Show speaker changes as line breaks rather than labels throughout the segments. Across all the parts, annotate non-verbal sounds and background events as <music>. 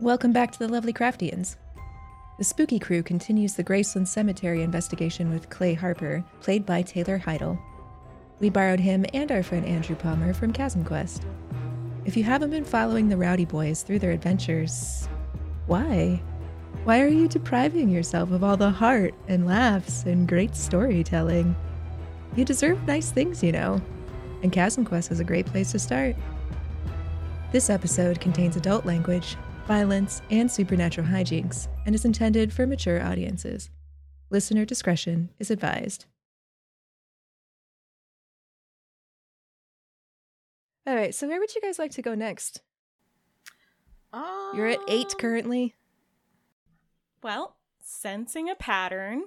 Welcome back to the Lovely Craftians. The Spooky Crew continues the Graceland Cemetery investigation with Clay Harper, played by Taylor Heidel. We borrowed him and our friend Andrew Palmer from Chasm Quest. If you haven't been following the Rowdy Boys through their adventures, why? Why are you depriving yourself of all the heart and laughs and great storytelling? You deserve nice things, you know, and Chasm Quest is a great place to start. This episode contains adult language, violence, and supernatural hijinks, and is intended for mature audiences. Listener discretion is advised. All right, so where would you guys like to go next? You're at eight
Um,
currently.
Well, sensing a pattern.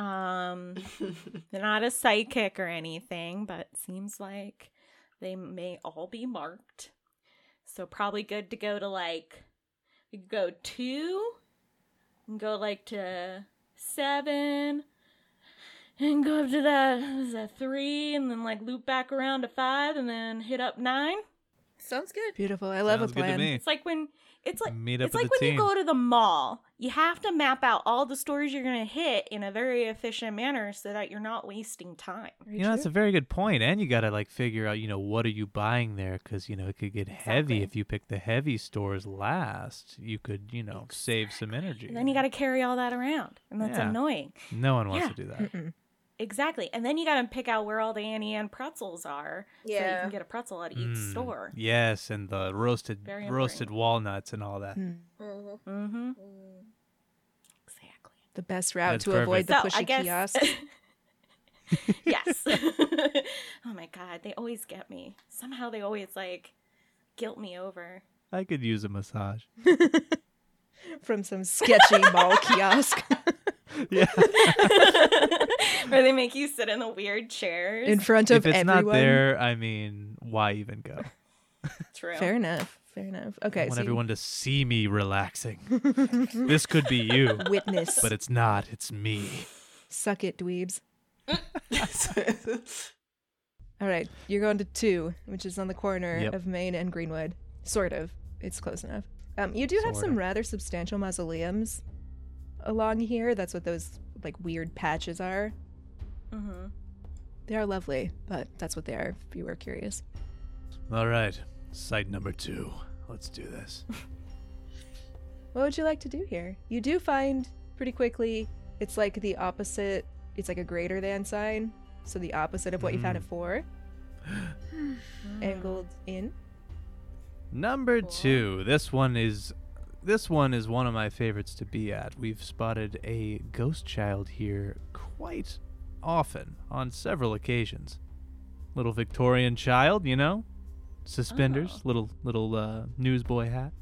<laughs>
Um, they're not a psychic or anything, but seems like they may all be marked. So probably good to go to like we could go two and go like to seven and go up to that what is that three and then like loop back around to five and then hit up nine. Sounds good.
Beautiful. I love
Sounds
a plan.
good to me.
It's like when it's like
Meet up
it's
with
like
the
when
team.
you go to the mall, you have to map out all the stores you're going to hit in a very efficient manner so that you're not wasting time.
Very
you know, that's a
true.
very good point, and you gotta like figure out, you know, what are you buying there? Because you know it could get
Exactly.
heavy if you pick the heavy stores last. You could, you know, save some energy.
And then you got to carry all that around, and that's
Yeah.
annoying.
No one wants
Yeah.
to do that.
Mm-mm.
Exactly. And then you got to pick out where all the Annie Ann pretzels are so that you
Yeah.
can get a pretzel at each
Mm,
store.
Yes, and the roasted
Very
roasted
important.
walnuts and all that.
Mm.
Mhm.
Mhm. Mm.
Exactly.
The best route
That's
to avoid the
so
pushy
I guess <laughs>
kiosk.
<laughs>
yes. <laughs> oh my god, they always get me. Somehow they always like guilt me over.
I could use a massage.
from some sketchy mall
<laughs>
kiosk
Yeah.
Where they make you sit in the weird chairs.
in front of
if it's
everyone.
not there, I mean, why even go?
True.
Fair enough. Fair enough. Okay,
I want
so you
everyone to see
<laughs>
me relaxing. this could be you,
witness.
but it's not. It's me.
Suck it, dweebs. All right, you're going to two, which is on the corner
Yep.
of Maine and Greenwood. Sort of. It's close enough. Um, you do have
Sorta.
some rather substantial mausoleums along here. That's what those like weird patches are.
<laughs> Mm-hmm.
They are lovely, but that's what they are. If you were curious.
All right, site number two. Let's do this.
What would you like to do here? You do find pretty quickly it's like the opposite, it's like a greater than sign. So the opposite of what you found
Mm.
at four, angled in.
Number
Cool.
two. This one is this one is one of my favorites to be at. We've spotted a ghost child here quite often on several occasions. Little Victorian child, you know? Suspenders,
Oh.
little little uh, newsboy hat.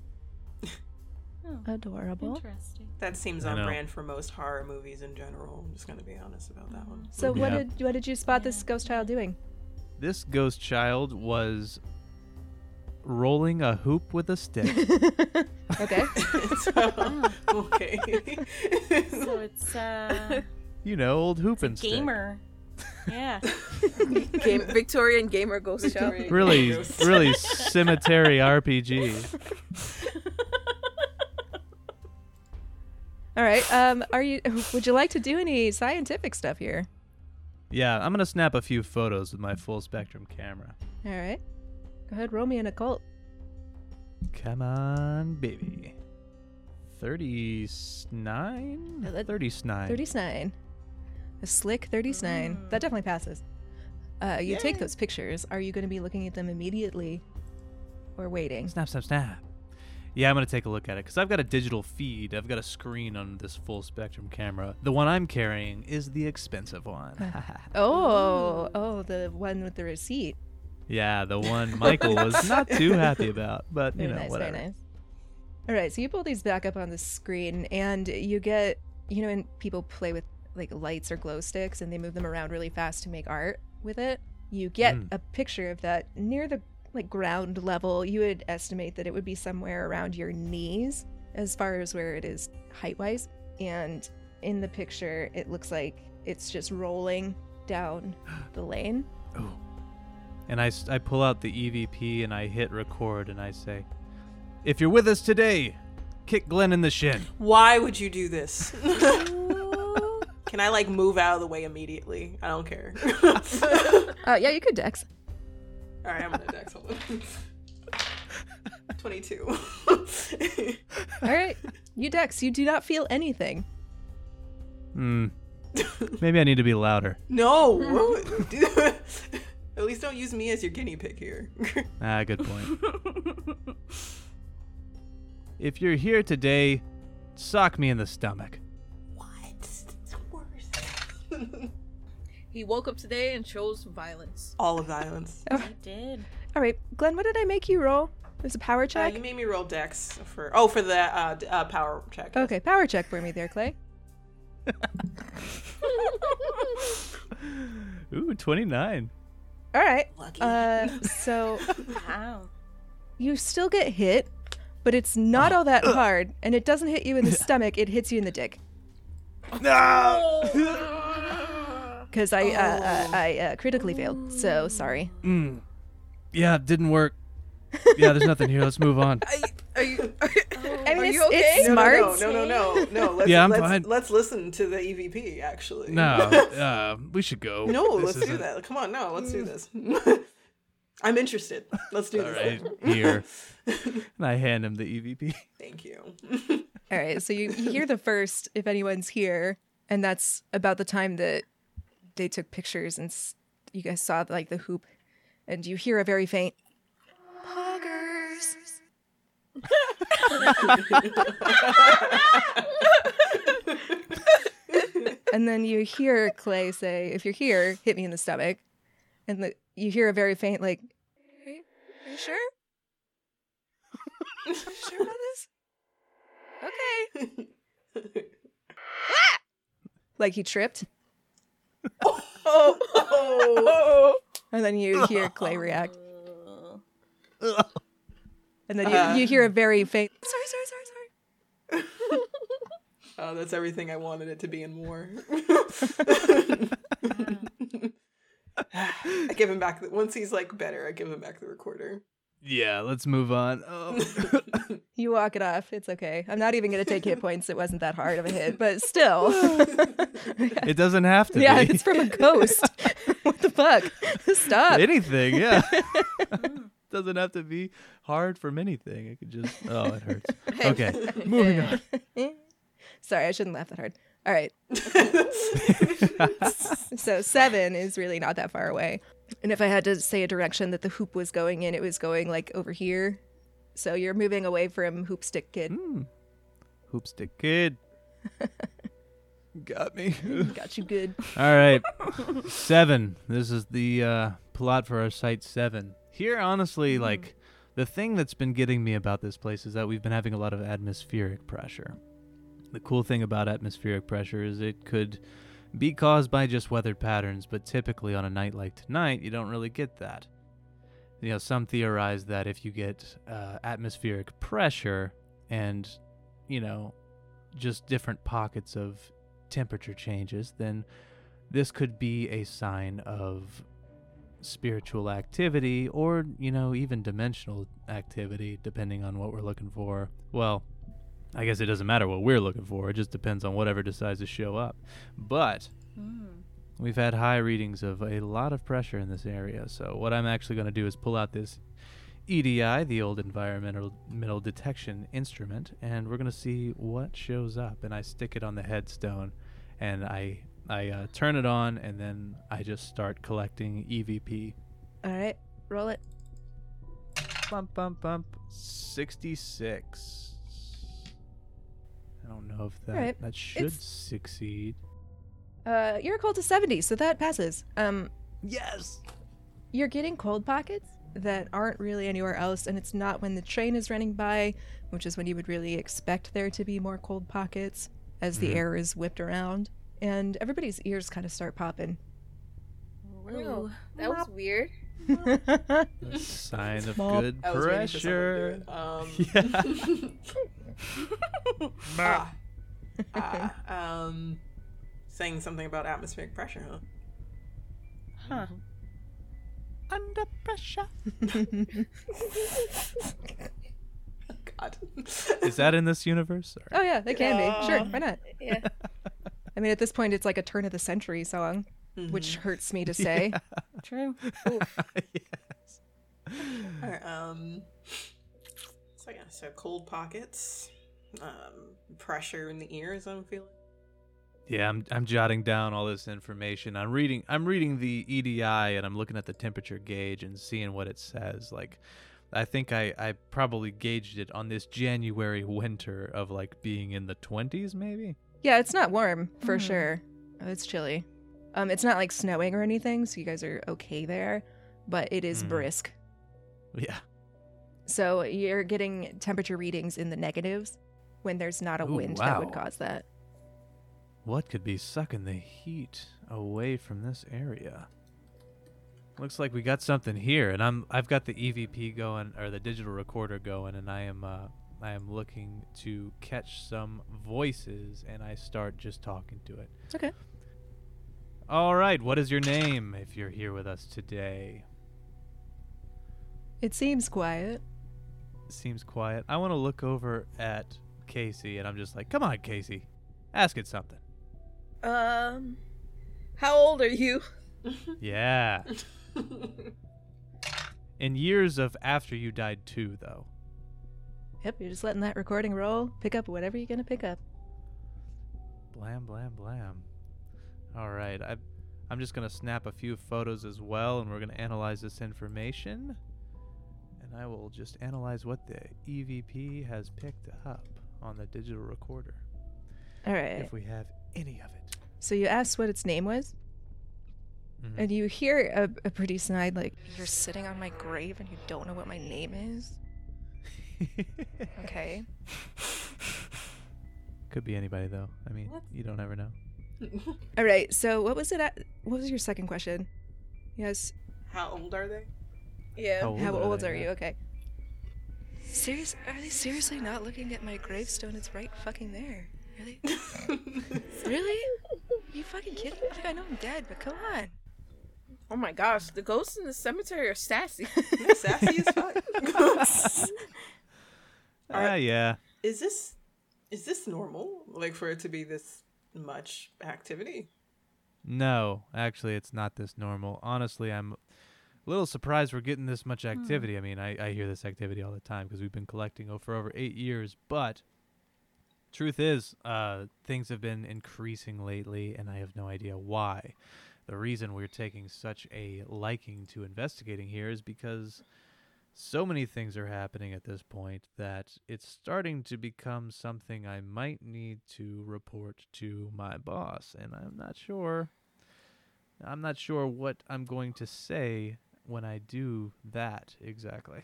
Oh,
Adorable.
interesting.
That seems
I
on
know.
brand for most horror movies in general. I'm just gonna be honest about that one.
<laughs>
So what
Yeah.
did what did you spot this ghost child doing?
This ghost child was rolling a hoop with a stick.
<laughs>
<laughs> Okay.
so, <laughs> okay.
So it's
<laughs>
uh,
you know, old hoop and stick.
gamer.
<laughs>
Yeah.
Game, Victorian gamer ghost show.
<laughs>
Really,
Ghost.
really cemetery RPG.
All right. Um are you <laughs> would you like to do any scientific stuff here?
Yeah, I'm gonna snap a few photos with my full spectrum camera.
All right. Go ahead, roll me an occult.
Come on, baby. 39?
Uh, that-
39.
39. A slick 39.
Mm.
That definitely passes. Uh, you take
Yeah.
those pictures. Are you going to be looking at them immediately or waiting?
Snap, snap, snap. Yeah, I'm going to take a look at it because I've got a digital feed. I've got a screen on this full spectrum camera. The one I'm carrying is the expensive
<laughs>
one.
Oh, oh, the one with the receipt.
yeah, the one Michael was not too happy about, but you
Very
know,
nice,
whatever.
very nice. All right, so you pull these back up on the screen and you get, you know, and people play with like lights or glow sticks and they move them around really fast to make art with it. You get
Mm.
a picture of that near the like ground level. You would estimate that it would be somewhere around your knees as far as where it is height wise. And in the picture, it looks like it's just rolling
<gasps>
down the lane.
E Ooh. And I, s- I pull out the EVP and I hit record and I say, If you're with us today, kick Glenn in the shin.
Why would you do <laughs> this? Can I like move out of the way immediately? I don't <laughs> care. All
Uh, yeah, you could dex.
right, I'm gonna deck someone. Twenty-two. <laughs>
All right, you dex. You do not feel anything. <laughs>
Hmm. Maybe I need to be louder.
no. <laughs> At least don't use me as your guinea pig here. <laughs>
Ah, good point. if you're here today, sock me in the stomach.
what? It's worse.
He woke up today and chose violence.
All of violence.
I did.
All right, Glenn, what did I make you roll? It was a power
Uh,
check.
you made me roll dex for oh for the uh, d- uh power check.
Okay, power check for me there, Clay.
Ooh, 29.
All right.
Lucky.
Uh,
<laughs>
so
Wow.
you still get hit, but it's not all
Uh.
that hard, and it doesn't hit you
<laughs>
in the stomach. It hits you in the dick. No. Because I uh,
Oh.
uh, I uh, critically failed. So sorry.
Mm. Yeah, didn't work. Yeah, there's nothing here. Let's move
<laughs>
on.
Are you? Are
<laughs>
you,
I mean,
Are
it's,
you
it's
no,
smart.
No, no, no, no, no. no. Let's,
Yeah, I'm
let's,
fine.
Let's listen to the EVP actually.
No, uh, we should go.
No,
This
let's do
isn't-
that. Come on, no, let's
Mm.
do this. <laughs> I'm interested. Let's do
All
this.
right,
<laughs>
here. And I hand him the E EVP.
Thank you. <laughs>
All right, so you, you hear the first, if anyone's here, and that's about the time that they took pictures and s- you guys saw like the hoop, and you hear a very faint poggers. and then you hear Clay say, "If you're here, hit me in the stomach," and the, you hear a very faint like, "Are you, are you sure? Are you sure about this? Okay." like he tripped.
Oh,
<laughs> And then you hear Clay react. And then you, you hear a very faint, sorry, sorry, sorry, sorry.
Oh, that's everything I wanted it to be and
<laughs>
more. <laughs> I give him back the, once he's like better. I give him back the recorder.
Yeah, let's move on.
<laughs>
Oh.
You walk it off. It's okay. I'm not even going to take hit points. It wasn't that hard of a hit, but still. <laughs>
it doesn't have to
yeah,
be
it's from a ghost. what the fuck? <laughs> Stop.
anything.
<laughs>
Yeah, doesn't have to be hard from anything. It could just. Oh, it hurts. Okay, moving on.
Sorry, I shouldn't laugh that hard. All right. so seven is really not that far away. And if I had to say a direction that the hoop was going in, it was going like over here. So you're moving away from Hoop Stick Kid.
Hoopstick kid. Got me.
Got you good.
All right. Seven. This is the uh, plot for our site seven. Here, honestly, like, the thing that's been getting me about this place is that we've been having a lot of atmospheric pressure. The cool thing about atmospheric pressure is it could be caused by just weather patterns, but typically on a night like tonight, you don't really get that. You know, some theorize that if you get uh, atmospheric pressure and, you know, just different pockets of temperature changes, then this could be a sign of spiritual activity or, you know, even dimensional activity, depending on what we're looking for. Well, I guess it doesn't matter what we're looking for, it just depends on whatever decides to show up. But we've had high readings of a lot of pressure in this area, so what I'm actually going to do is pull out this. EDI, the old environmental mental detection instrument, and we're gonna see what shows up. And I stick it on the headstone, and I I uh, turn it on, and then I just start collecting E EVP.
All right, roll it.
Bump bump bump. Sixty six. I don't know if that
Alright,
that should
it's-
<laughs>
succeed.
Uh, you're cold to 70, so that passes. Um,
Yes.
you're getting cold pockets that aren't really anywhere else, and it's not when the train is running by, which is when you would really expect there to be more cold pockets as the air is whipped around. And everybody's ears kind of start popping.
Ew, that was weird.
A sign of
Small-
good
I was waiting for someone to
pressure.
do it.
<laughs>
Um, <laughs>
Yeah.
ah, ah, um, saying something about atmospheric pressure, huh? <laughs>
Huh.
Under pressure.
God. <laughs>
Is that in this universe? Or-
<laughs> Oh yeah, they can be. Sure,
Oh.
why not?
Yeah.
I mean, at this point, it's like a turn of the century song, which hurts me to say.
True.
<laughs> yes.
Alright, um, so yeah, so cold pockets, um, pressure in the ears. I'm feeling. <laughs>
Yeah, I'm I'm jotting down all this information. I'm reading I'm reading the EDI and I'm looking at the temperature gauge and seeing what it says. Like I think I, I probably gauged it on this January winter of like being in the twenties, maybe? <laughs>
Yeah, it's not warm for
Mhm.
sure. Oh, it's chilly. Um, it's not like snowing or anything, so you guys are okay there, but it is
Mm.
brisk.
Yeah.
So you're getting temperature readings in the negatives when there's not a
Ooh,
wind that would
wow.
cause that.
What could be sucking the heat away from this area? Looks like we got something here, and I'm I've got the EVP going or the digital recorder going, and I am uh, I am looking to catch some voices, and I start just talking to it.
Okay.
All right, what is your name if you're here with us today?
It seems quiet.
Seems quiet. I want to look over at Casey, and I'm just like, come on, Casey, ask it something.
<laughs> Um, how old are you?
Yeah. In years of after you died too, though.
Yep, you're just letting that recording roll. Pick up whatever you're gonna pick up.
Blam blam blam. All right, I, I'm just gonna snap a few photos as well, and we're gonna analyze this information. And I will just analyze what the EVP has picked up on the digital recorder,
All right.
if we have any of it.
So you asked what its name was,
Mhm.
and you hear a, a pretty snide like, Mm. "You're sitting on my grave, and you don't know what my name is." Okay.
Mm-hmm. <laughs> Could be anybody though. I mean,
What?
you don't ever know.
All right. So what was it? At, what was your second question? Yes.
How old are they?
Yeah.
How old
How
are,
old
they,
are
yeah?
you? Okay. Serious? Are they seriously not looking at my gravestone? It's right fucking there. Really? really? You fucking kidding? me? Like, I know I'm dead, but come on.
Oh my gosh, the ghosts in the cemetery are sassy. <laughs>
They're
<laughs>
sassy as fuck.
Ah, yeah.
is this is this normal? Like for it to be this much activity?
No, actually, it's not this normal. Honestly, I'm a little surprised we're getting this much activity. I mean, I, I hear this activity all the time because we've been collecting o- for over eight years. But truth is, uh, things have been increasing lately, and I have no idea why. The reason we're taking such a liking to investigating here is because so many things are happening at this point that it's starting to become something I might need to report to my boss, and I'm not sure. I'm not sure what I'm going to say when I do that exactly.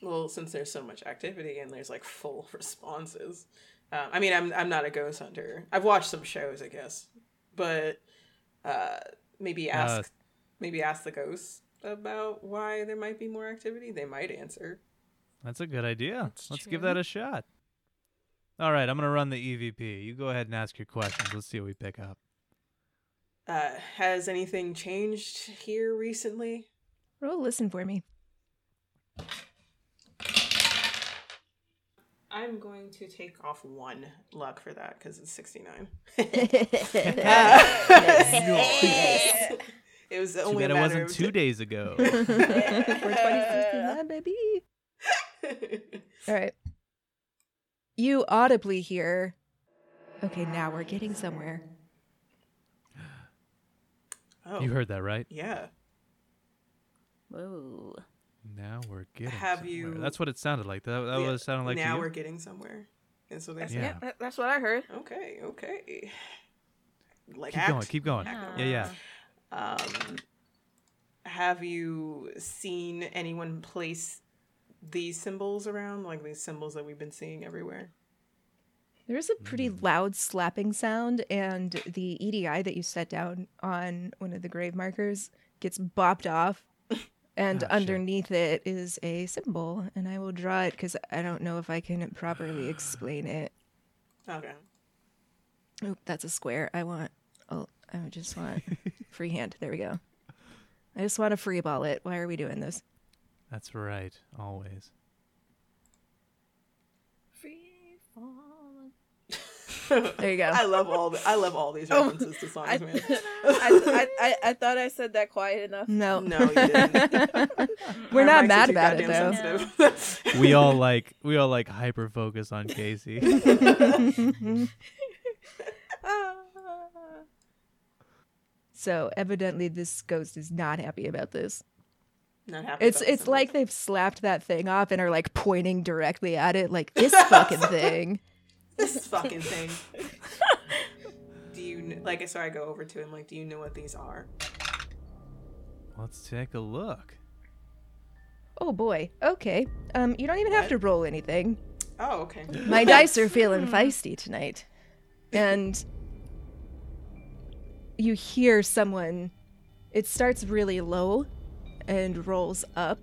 Well, since there's so much activity and there's like full <laughs> responses. Um, I mean, I'm I'm not a ghost hunter. I've watched some shows, I guess, but uh, maybe ask maybe ask the ghosts about why there might be more activity. They might answer.
That's a good idea.
That's
Let's give that a shot. All right, I'm going to run the EVP. You go ahead and ask your questions. Let's see what we pick up.
Uh, has anything changed here recently?
Roll listen for <laughs> me.
I'm going to take off one luck for that because it's 69. <laughs> It was
Too
only
bad
a
it
matter
wasn't
of
two days ago.
42069, baby. All right. You audibly hear. Okay, now we're getting somewhere.
<laughs> <laughs> oh,
You heard that, right?
yeah.
Whoa.
Now we're getting.
Have
somewhere.
you-
That's what Oh, it sounded like. That, that
Yeah,
was sounding like. to
now
you?
we're getting somewhere. And so they
That's-
said,
yeah,
Yeah.
that- that's what I heard.
okay, okay. Like,
keep
act.
going. Keep going.
Act
Yeah, yeah.
Um, have you seen anyone place these symbols around? Like these symbols that we've been seeing everywhere?
There is a pretty loud slapping sound, and the EDI that you set down on one of the grave markers gets bopped off. And
Oh, shit.
underneath it is a symbol, and I will draw it because I don't know if I can properly explain it.
Okay.
Oh, that's a square. I want. Oh, I just want free hand. There we go. I just want to free ball it. Why are we doing this?
That's right. Always.
falling.
There you go.
<laughs> I love all the, I love all these
Oh,
references to songs,
I, <laughs>
man.
I, I, I thought I said that quiet <laughs> enough.
No.
<laughs> No, you didn't.
<laughs> We're
Our
not
mics are
mad
too
about it,
goddamn
<laughs>
sensitive.
We all like we all like hyper focus on Casey.
Ah.
so evidently this ghost is not happy about this.
<laughs> Not happy
It's
about the
it's
symbols.
like they've slapped that thing up and are like pointing directly at it like this fucking thing. <laughs>
this fucking thing. do you kn- like? So I go over to him like, do you know what these are?
Let's take a look.
Oh boy. Okay. Um you don't even have to roll anything.
Oh, okay.
<laughs>
My dice are feeling feisty tonight. And you hear someone, it starts really low and rolls up.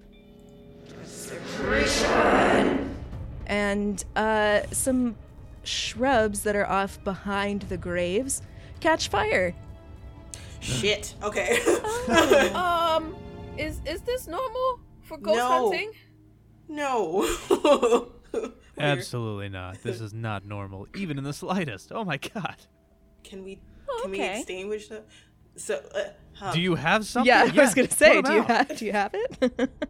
And uh, some shrubs that are off behind the graves catch fire.
Shit. Okay. <laughs>
um, is is this normal for ghost
No.
<laughs> hunting?
no. Weird.
Absolutely not. This is not normal, even in the slightest. Oh my god.
<laughs> Can we?
Oh,
Can we
okay.
extinguish the? So, uh, huh.
Do
<laughs>
you have something?
Oh. yeah, I was gonna
put
say,
'em
do you
out.
have do you have it?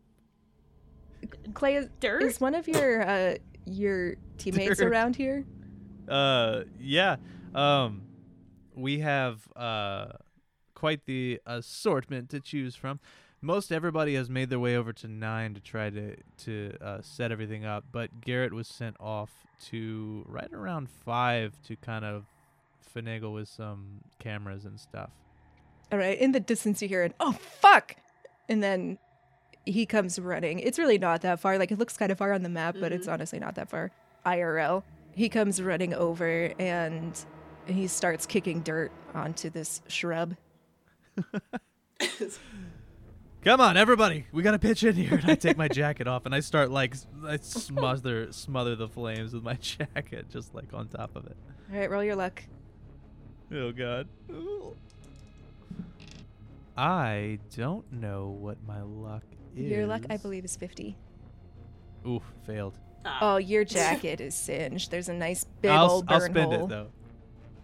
<laughs> Clay, is,
Dirt?
is one of your uh, your teammates
Dirt.
around here?
Uh, yeah. Um, we have uh quite the assortment to choose from. Most everybody has made their way over to nine to try to to uh, set everything up, but Garrett was sent off to right around five to kind of finagle with some cameras and stuff.
All right. In the distance, you hear an "Oh fuck," and then he comes running. It's really not that far. Like it looks kind of far on the map, but
Mm-hmm.
it's honestly not that far. IRL. He comes running over and he starts kicking dirt onto this shrub.
Come on, everybody! We gotta pitch in here. And I take my jacket off and I start like s- I smother smother the flames with my <laughs> jacket, just like on top of it.
All right, roll your luck.
Oh god. I don't know what my luck is.
Your luck, I believe, is fifty.
Oof, failed.
Ah,
Oh,
<laughs>
your jacket is singed. There's a nice big
I'll,
old burn
I'll spend
hole.
it though.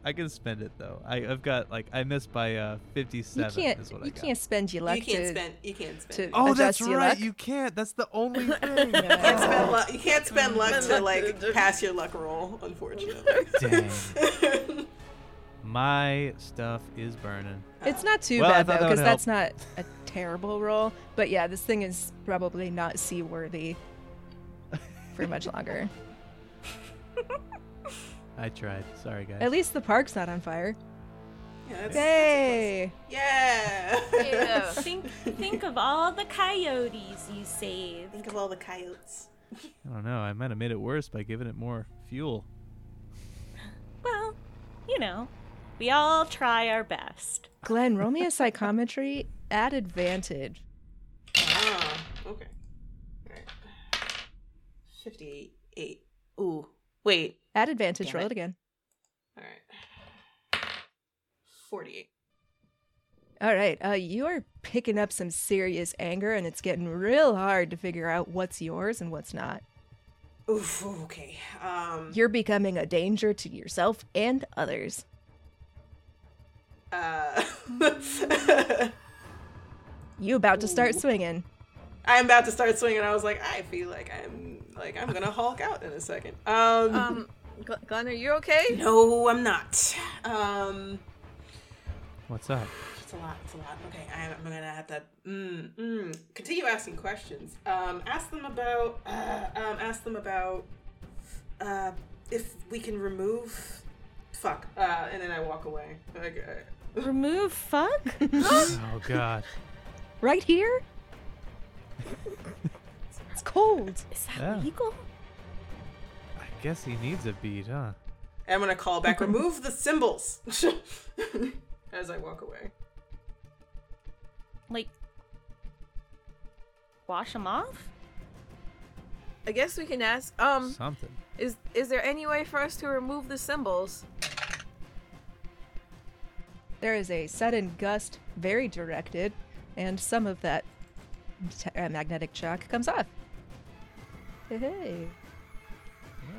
I can spend it though. I, I've got like I missed by uh
You
57
can't.
is what I
You
got.
can't spend your luck
you can't
to. <laughs>
spend. You can't
to-
spend.
oh, that's
adjust your
right.
luck.
You can't. That's the
<laughs>
only thing.
You can't spend luck. You can't spend luck to like pass your luck roll. Unfortunately.
Dang. My stuff is burning.
<laughs> It's not too
Well, I
bad
thought
though,
that would
because that's not a terrible roll. But yeah, this thing is probably not seaworthy for much
<laughs>
longer.
I tried. Sorry guys.
At least the park's not on fire.
Yeah. That's,
Yay!
yeah.
Yeah.
think think of all the coyotes you saved.
<laughs> Think of all the coyotes.
I don't know. I might have made it worse by giving it more fuel.
Well, you know, we all try our best.
Glenn, roll
<laughs>
me a psychometry at advantage.
Ah, okay. Alright. 58. Ooh. Wait.
At advantage,
Damn
roll
it.
it again.
Alright. 48.
All right, uh, you are picking up some serious anger, and it's getting real hard to figure out what's yours and what's not.
Oof, okay. Um
You're becoming a danger to yourself and others.
uh <laughs>
You about to start
Ooh.
swinging.
I'm about to start swinging. I was like, I feel like I'm like I'm gonna Hulk out in a second. Um,
Um, Gl- Glenn, are you okay?
No, I'm not. Um
What's up?
It's a lot. It's a lot. Okay, I'm, I'm gonna have to mm, mm, continue asking questions. Um, ask them about. Uh, um, ask them about. Uh, if we can remove. Fuck. Uh, and then I walk away. Like, uh,
Remove fuck?
Oh god.
Right here? it's cold.
Is that
Yeah.
legal?
I guess he needs a beat, huh?
I'm gonna call back. remove the <laughs> symbols. As I walk away.
Like, wash them off?
I guess we can ask. Um,
Something.
is is there any way for us to remove the symbols?
There is a sudden gust, very directed, and some of that t- uh, magnetic shock comes off. Hey, Hey.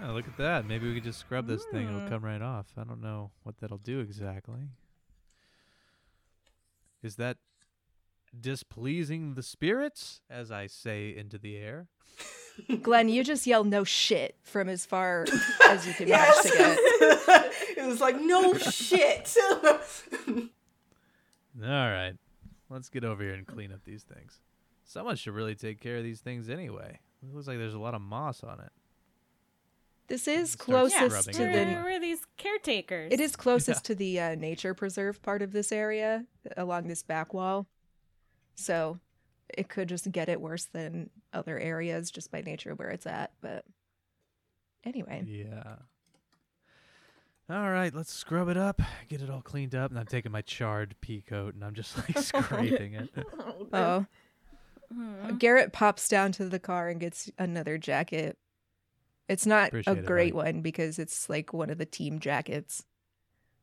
Yeah, look at that. Maybe we could just scrub this thing. It'll come right off. I don't know what that'll do exactly. Is that displeasing the spirits, as I say into the air?
Glenn, you just yell no shit from as far as you can manage to get.
<laughs> it was like <laughs> no shit.
All right. Let's get over here and clean up these things. Someone should really take care of these things anyway. It looks like there's a lot of moss on it.
This is
Start
Yeah,
closest to
scrubbing
where,
it.
the
where are these caretakers?
it is closest to the uh, nature preserve part of this area along this back wall. So it could just get it worse than other areas just by nature where it's at, but anyway.
Yeah. All right, let's scrub it up, get it all cleaned up, and I'm taking my charred pea coat and I'm
<laughs>
just like scraping it.
Oh,
Oh.
Hmm.
Garrett pops down to the car and gets another jacket. It's not
Appreciate
a
it,
great
honey.
one because it's like one of the team jackets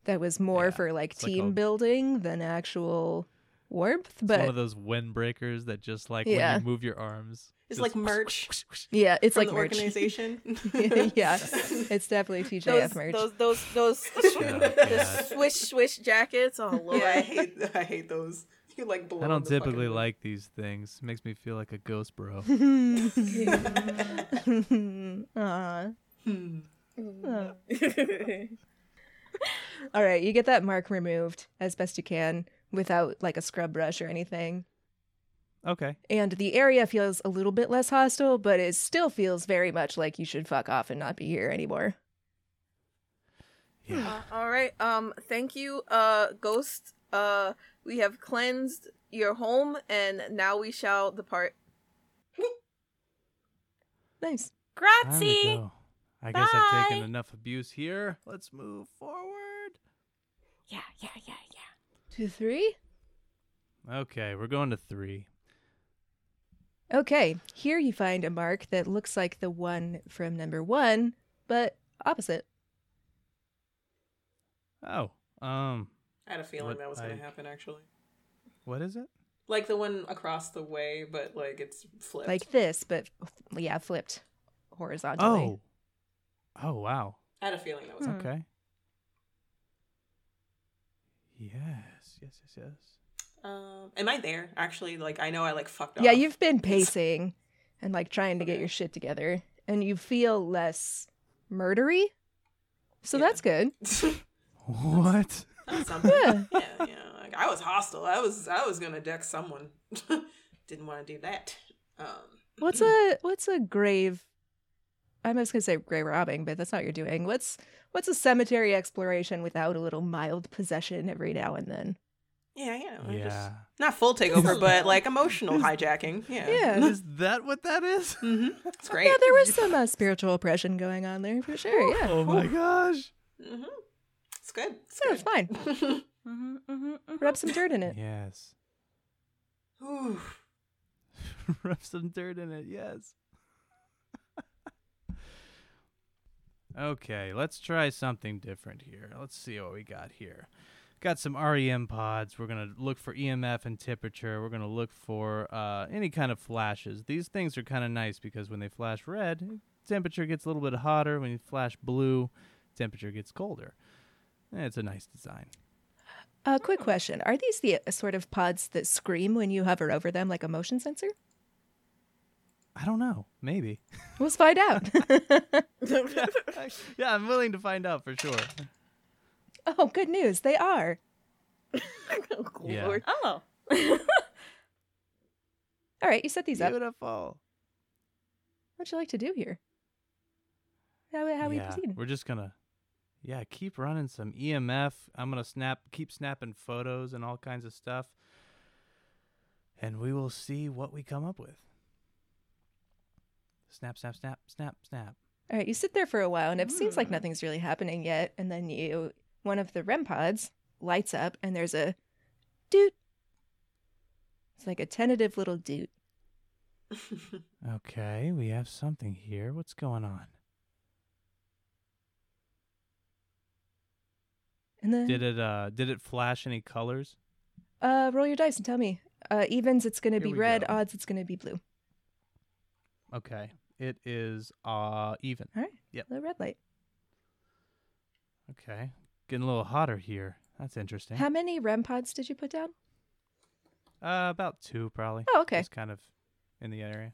that was more
Yeah,
for like
it's like
team
a-
building than actual warmth.
It's one
But
of those windbreakers that just like
Yeah.
when you move your arms.
It's
just
like merch
yeah, it's
from
like
the
merch.
organization.
<laughs>
<laughs>
yeah, it's definitely TJF
those,
merch.
those those those
<laughs>
Oh,
the
God.
swish swish jackets. Oh lord.
yeah, I hate I hate those. You like blow.
I
in
don't
the fucking
typically
wind.
like these things. Makes me feel like a
<laughs>
ghost bro.
Aw. <laughs>
Hmm.
All right, you get that mark removed as best you can without like a scrub brush or anything.
okay.
and the area feels a little bit less hostile, but it still feels very much like you should fuck off and not be here anymore.
Yeah. <laughs>
Uh, <laughs> all right. Um. Thank you, uh, ghost. Uh, we have cleansed your home, and now we shall depart.
Nice.
Time to
Grazie.
go. I guess I've
Bye.
taken enough abuse here. Let's move forward.
Yeah, yeah, yeah, yeah.
Two, three.
Okay, we're going to three.
Okay, here you find a mark that looks like the one from number one, but opposite.
Oh, um,
I had a feeling
What
that was gonna
I-
happen actually.
what is it?
Like the one across the way, but like it's flipped.
Like this, but yeah, flipped horizontally.
Oh, oh wow.
I had a feeling that was.
Hmm.
Okay. Yes, yes, yes, yes.
Um, am I there actually? Like I know I like fucked up.
Yeah, you've been pacing and like trying to get
Okay.
your shit together, and you feel less murdery. So
Yeah.
that's good.
<laughs>
What?
<laughs>
That's something.
Yeah.
yeah, yeah. Like, I was hostile. I was I was gonna deck someone. <laughs> Didn't want to do that. Um,
What's a what's a grave? I was gonna say grave robbing, but that's not what you're doing. What's what's a cemetery exploration without a little mild possession every now and then?
yeah, yeah. I just-
Yeah. <laughs>
not full takeover, but like emotional hijacking. Yeah.
Yeah.
is that what that is?
hmm It's great.
Yeah, there
<laughs>
was some uh, spiritual oppression going on there for sure. Yeah,
<laughs> Oh my gosh.
hmm It's good. It's
so it's fine.
good.
Mm-hmm, mm-hmm,
Rub some dirt in it.
Yes.
Ooh.
<laughs>
<laughs> Rub some dirt in it. Yes. okay, let's try something different here. Let's see what we got here. Got some REM pods. We're going to look for EMF and temperature. We're going to look for uh, any kind of flashes. These things are kind of nice because when they flash red, temperature gets a little bit hotter. When you flash blue, temperature gets colder. Eh, It's a nice design.
A uh, quick question: Are these the uh, sort of pods that scream when you hover over them, like a motion sensor?
I don't know. Maybe.
Let's find out.
<laughs> yeah, <laughs> yeah, I'm willing to find out for sure.
<laughs> oh, good news! They are.
Oh,
Yeah.
Lord.
Oh.
All right, you set these up.
Beautiful.
What'd you like to do here? How, how we
yeah,
proceed?
We're just gonna, yeah, keep running some EMF. I'm gonna snap, keep snapping photos and all kinds of stuff, and we will see what we come up with. Snap, snap, snap, snap, snap.
All right, you sit there for a while, and it seems like
Hmm.
nothing's really happening yet. And then you, one of the REM pods lights up, and there's a doot. It's like a tentative little doot.
Okay, we have something here. What's going on?
And then
Did it uh did it flash any colors?
uh, roll your dice and tell me. Uh, evens, it's going to
Here
be
we
red.
go.
Odds, it's going to be blue.
Okay. It is uh even.
All right.
Yep.
The red light.
Okay. Getting a little hotter here. That's interesting.
How many REM pods did you put down?
Uh, about two probably.
Oh, okay.
Just kind of in the area.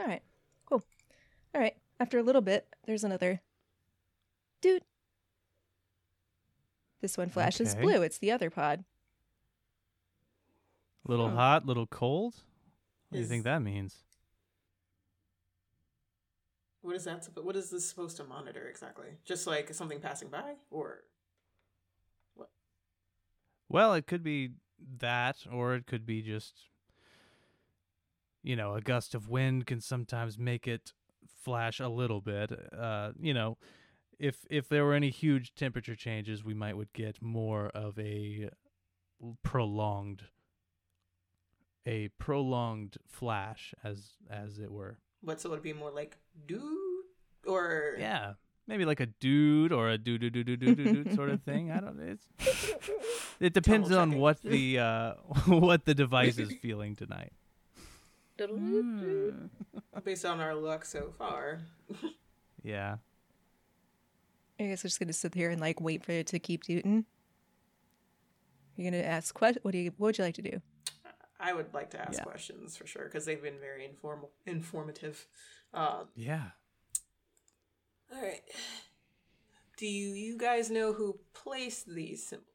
All right. Cool. All right. After a little bit, there's another. Dude. This one flashes
Okay.
blue. It's the other pod.
Little
Hmm.
hot, little cold. What do you
Is-
think that means?
<laughs> What is that? suppo- What is this supposed to monitor exactly? Just like something passing by, or
Well, it could be that, or it could be just, you know, a gust of wind can sometimes make it flash a little bit. Uh, you know, if if there were any huge temperature changes, we might would get more of a prolonged, a prolonged flash, as as it were.
what? So it would be more like do or
Yeah, maybe like a dude or a do do do do do do do sort of thing. I don't. It's <laughs> it depends
Double
on
checking.
<laughs> what the uh, what the device is feeling tonight. Hmm,
Mm.
based on our luck so far.
Yeah.
I guess I'm just gonna sit here and like wait for it to keep tooting. You're gonna ask que- what do you what would you like to do?
I would like to ask
Yeah.
questions for sure because they've been very informal, informative. Um,
Yeah.
all right. Do you guys know who placed these symbols?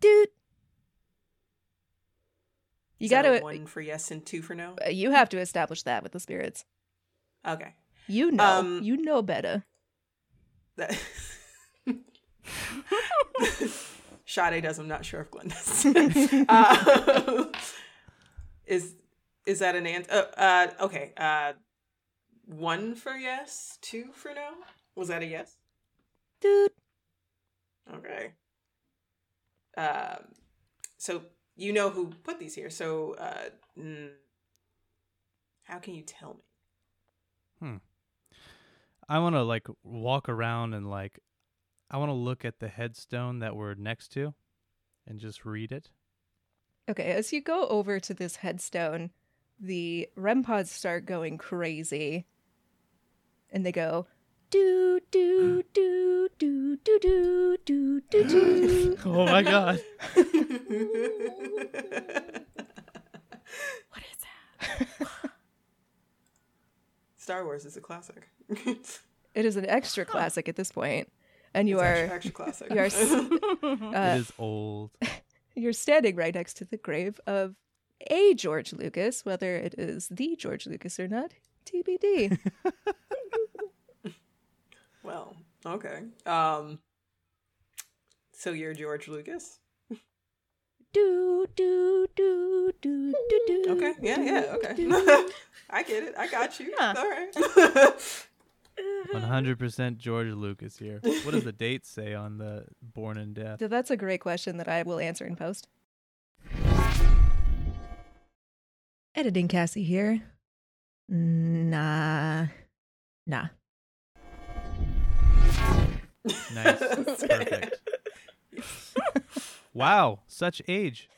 Dude. You
Is that
gotta
a one for yes and two for no.
uh, you have to establish that with the spirits.
Okay.
You know.
Um,
you know better.
That Sade does. I'm not sure if Glenn does. uh, is is that an answer? Uh, uh, okay. Uh, one for yes, two for no. Was that a yes?
Dude.
Okay. Um, so you know who put these here. So uh, mm, how can you tell me?
I want to like walk around and like I want to look at the headstone that we're next to, and just read it.
Okay, as you go over to this headstone, the REM pods start going crazy. And they go do
<gasps>
do do do do do do do do.
<laughs> Oh my god.
What is that?
Star Wars is a classic. <laughs>
It is an extra classic at this point, and you
It's
are
actually, actually
<laughs>
classic. <laughs>
you are s-
<laughs> it
uh,
is old.
you're standing right next to the grave of a George Lucas, whether it is the George Lucas or not,
<laughs>
TBD.
well, okay. Um, so you're George Lucas.
do do do do do do.
Okay. Yeah.
do,
Yeah. <laughs> Okay.
do.
I get it. I got you.
Yeah.
All right. <laughs>
One hundred percent George Lucas here. What does the date say on the born and death?
So that's a great question that I will answer in post. Editing Cassie here. Nah, nah.
<laughs> Nice. Perfect. Wow, such age.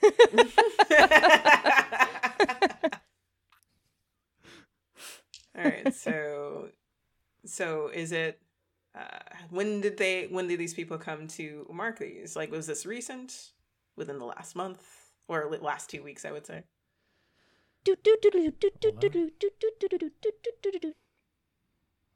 All right. So, so is it? Uh, when did they? When did these people come to mark these? Like, was this recent? Within the last month or li- last two weeks, I would say.
Do do do do do do
Hold
do
on.
do do do do do do do do do do.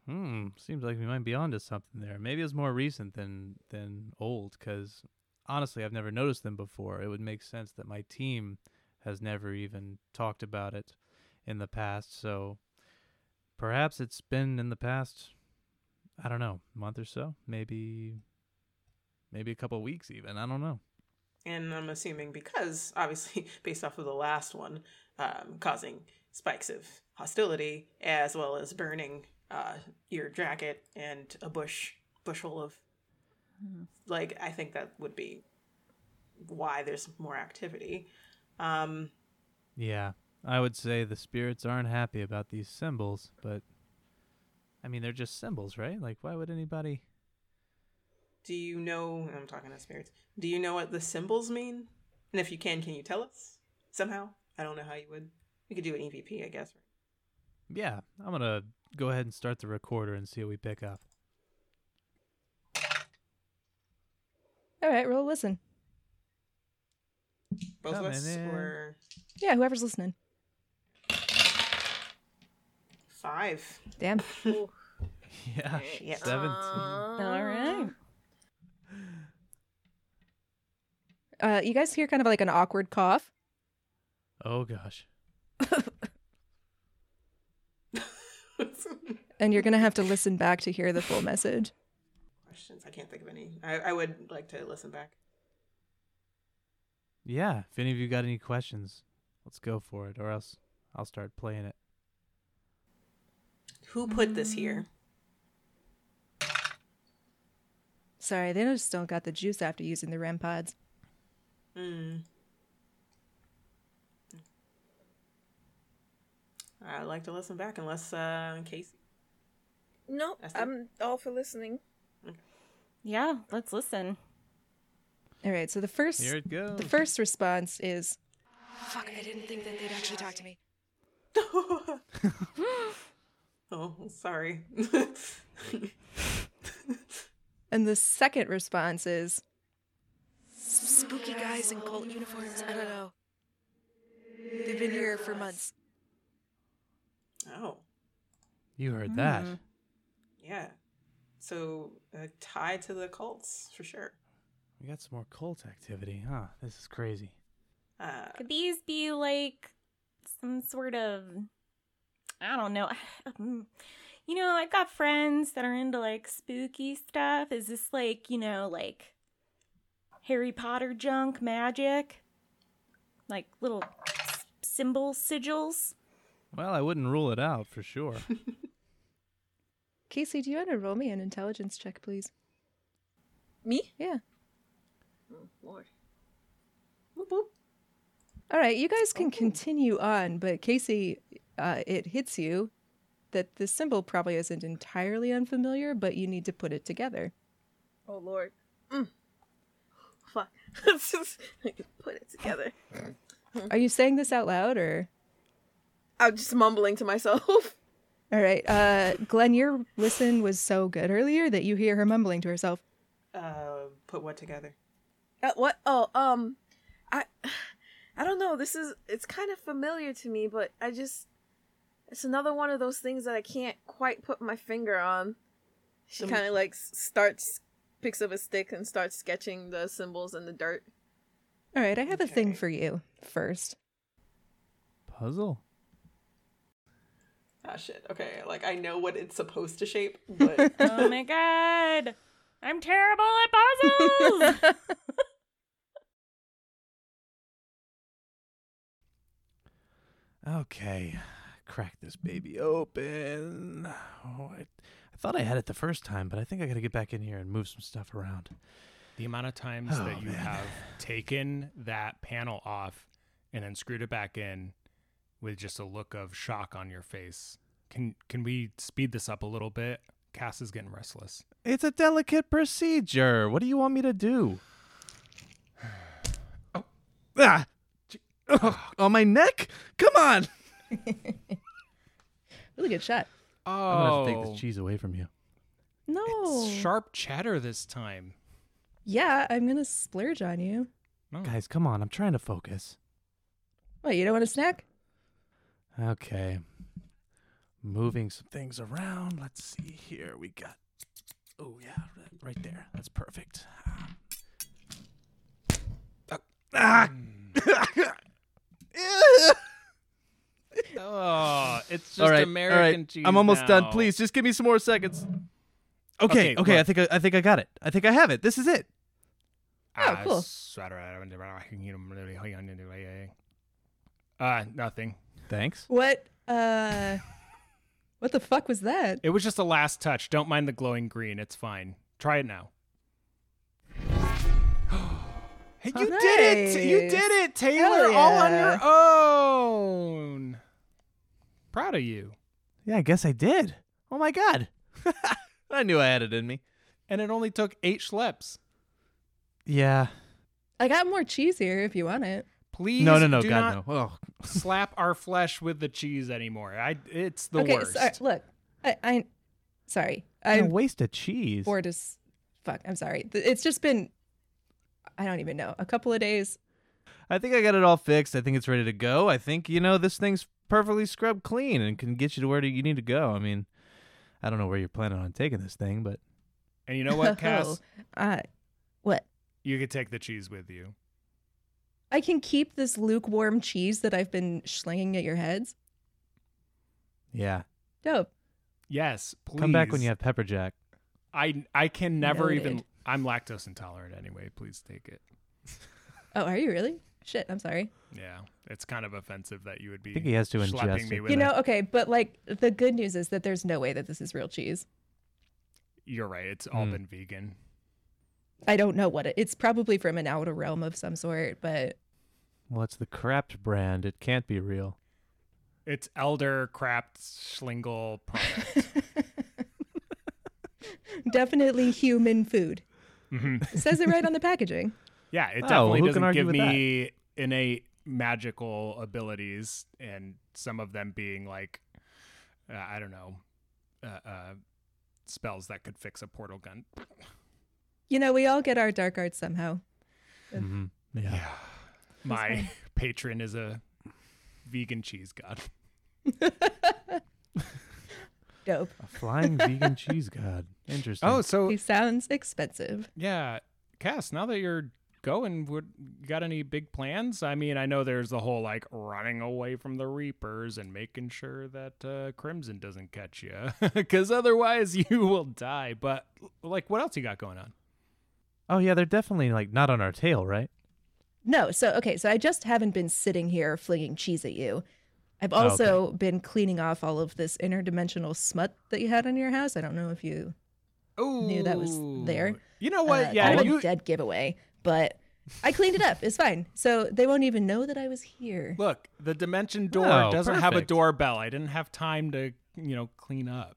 Hmm, seems like we might be onto something there. Maybe it's more recent than than old cuz honestly, I've never noticed them before. It would make sense that my team has never even talked about it in the past, so perhaps it's been in the past I don't know, month or so, maybe maybe a couple weeks even. I don't know.
And I'm assuming because obviously <laughs> based off of the last one, um, causing spikes of hostility as well as burning uh, your jacket and a bush bushel of like I think that would be why there's more activity. Um,
Yeah. I would say the spirits aren't happy about these symbols, but I mean, they're just symbols, right? Like why would anybody
do you know? I'm talking to spirits. Do you know what the symbols mean? And if you can, can you tell us somehow? I don't know how you would. We could do an EVP, I guess.
Yeah, I'm gonna go ahead and start the recorder and see what we pick <laughs> up.
All right, roll listen.
Both of
Coming
us
in.
or
Yeah, whoever's listening.
five. <laughs>
Damn.
Yeah,
Yeah.
seventeen.
All right.
Uh, you guys hear kind of like an awkward cough.
Oh gosh.
and you're gonna have to listen back to hear the full message.
Questions? I can't think of any. I, I would like to listen back.
Yeah, if any of you got any questions, let's go for it, or else I'll start playing it.
Who put this here?
Sorry, they just don't got the juice after using the REM pods.
Hmm. I'd like to listen back, unless uh, Casey.
No,
Esther?
I'm all for listening.
Yeah, let's listen.
All right, so the first
Here it goes.
the first response is
Fuck, I didn't think that they'd actually talk to me.
oh, sorry. <laughs>
and the second response is
Spooky guys in cult uniforms, I don't know. They've been here for months.
oh,
you heard that?
Mhm.
yeah. So uh, tied to the cults for sure.
We got some more cult activity, huh? This is crazy.
Uh,
Could these be like some sort of I don't know. <sighs> Mm. You know, I've got friends that are into like spooky stuff. Is this like, you know, like Harry Potter junk magic? Like little s- symbol sigils? <laughs>
Well, I wouldn't rule it out for sure.
Casey, do you want to roll me an intelligence check, please?
Me?
Yeah.
Lord.
boop, boop.
All right, you guys can continue on, but Casey, uh, it hits you that the symbol probably isn't entirely unfamiliar, but you need to put it together.
Oh Lord. Mm. Fuck. <laughs> Put it together.
Are you saying this out loud or?
I'm just mumbling to myself. <laughs>
All right, uh, Glenn, your listen was so good earlier that you hear her mumbling to herself.
Uh, put what together?
Uh, what? Oh, um, I, <sighs> I don't know. This is it's kind of familiar to me, but I just it's another one of those things that I can't quite put my finger on. She
Some-
kind of like s- starts, picks up a stick and starts sketching the symbols in the dirt.
All right, I have a thing
Okay.
for you first.
Puzzle.
Ah, shit. Okay, like I know what it's supposed to <laughs> shape, but
oh my god. I'm terrible at puzzles. <laughs>
Okay, crack this baby open. Oh, I, I thought I had it the first time, but I think I gotta get back in here and move some stuff around.
The amount of times
Oh,
that you
man.
have taken that panel off and then screwed it back in with just a look of shock on your face. Can can we speed this up a little bit? Cass is getting restless.
It's a delicate procedure. What do you want me to do? <sighs> Ah! <sighs> J- ugh, on my neck? Come on!
really good shot.
Oh,
I'm gonna have to take this cheese away from you.
No.
sharp chatter this time.
Yeah, I'm gonna splurge on you.
Oh.
Guys, come on. I'm trying to focus.
What, you don't want a snack?
Okay. Moving some things around. Let's see here. We got. Oh, yeah. right- Right there. That's perfect. Ah. <laughs> Ah.
Oh, it's just
all right.
American
all right.
cheese.
I'm almost
now.
done. Please, just give me some more seconds. Okay. Okay.
Okay,
I
look.
think I, I think I got it. I think I have it. This is it.
Ah,
Oh, cool.
Uh, nothing.
Thanks.
What? Uh, what the fuck was that?
It was just a last touch. Don't mind the glowing green. It's fine. Try it now. <gasps> hey, you did it! You
Nice.
did it, Taylor, all on
yeah.
your own. Proud of you.
Yeah, I guess I did. Oh my god. <laughs> I knew I had it in me.
And it only took eight schleps.
Yeah.
I got more cheese here if you want it.
Please
No, no, no,
do
God,
not
no. Oh,
<laughs> slap our flesh with the cheese anymore. I it's the
okay,
worst.
sorry, look, I, I, sorry,
what a
I'm
waste of cheese.
bored as fuck. I'm sorry. Th- It's just been, I don't even know, a couple of days.
I think I got it all fixed. I think it's ready to go. I think, you know, this thing's perfectly scrubbed clean and can get you to where you need to go. I mean, I don't know where you're planning on taking this thing, but
And you know
<laughs>
what, Cass?
Oh, Uh, what?
you could take the cheese with you.
I can keep this lukewarm cheese that I've been slinging at your heads.
yeah.
Dope.
Yes, please.
Come back when you have pepper jack.
I I can never even.
Noted.
I'm lactose intolerant anyway. Please take it.
Oh, are you really? Shit, I'm sorry.
Yeah, it's kind of offensive that you would be.
think he has to
schlepping
ingest
me
it.
with
you
it.
know, okay, but like the good news is that there's no way that this is real cheese.
You're right. It's all
Mm.
been vegan.
I don't know what it, it's probably from an outer realm of some sort, but
Well, it's the Kraft brand. It can't be real.
It's elder crapped schlingle
<laughs>
product.
definitely human food.
Mhm.
It says it right on the packaging.
Yeah, it
Oh,
definitely
who can
doesn't
argue
give
with that?
me innate magical abilities, and some of them being like, uh, I don't know, uh, uh, spells that could fix a portal gun.
You know, we all get our dark arts somehow.
Mm-hmm. Yeah.
My patron is a vegan cheese god.
Dope.
A flying vegan cheese god. Interesting.
Oh, so
He sounds expensive.
Yeah, Cass. Now that you're going, would you got any big plans? I mean, I know there's the whole like running away from the Reapers and making sure that uh, Crimson doesn't catch <laughs> you, because otherwise <laughs> you will die. But like, what else you got going on?
oh yeah, they're definitely like not on our tail, right?
No, so okay, so I just haven't been sitting here flinging cheese at you. I've
okay.
also been cleaning off all of this interdimensional smut that you had in your house. I don't know if you
Oh,
Knew that was there.
You know what?
Uh,
yeah,
kind of
you,
a dead giveaway, but I cleaned it up. It's fine. So they won't even know that I was here.
look. The dimension door
Oh,
doesn't have a
perfect.
doorbell. I didn't have time to you know clean up.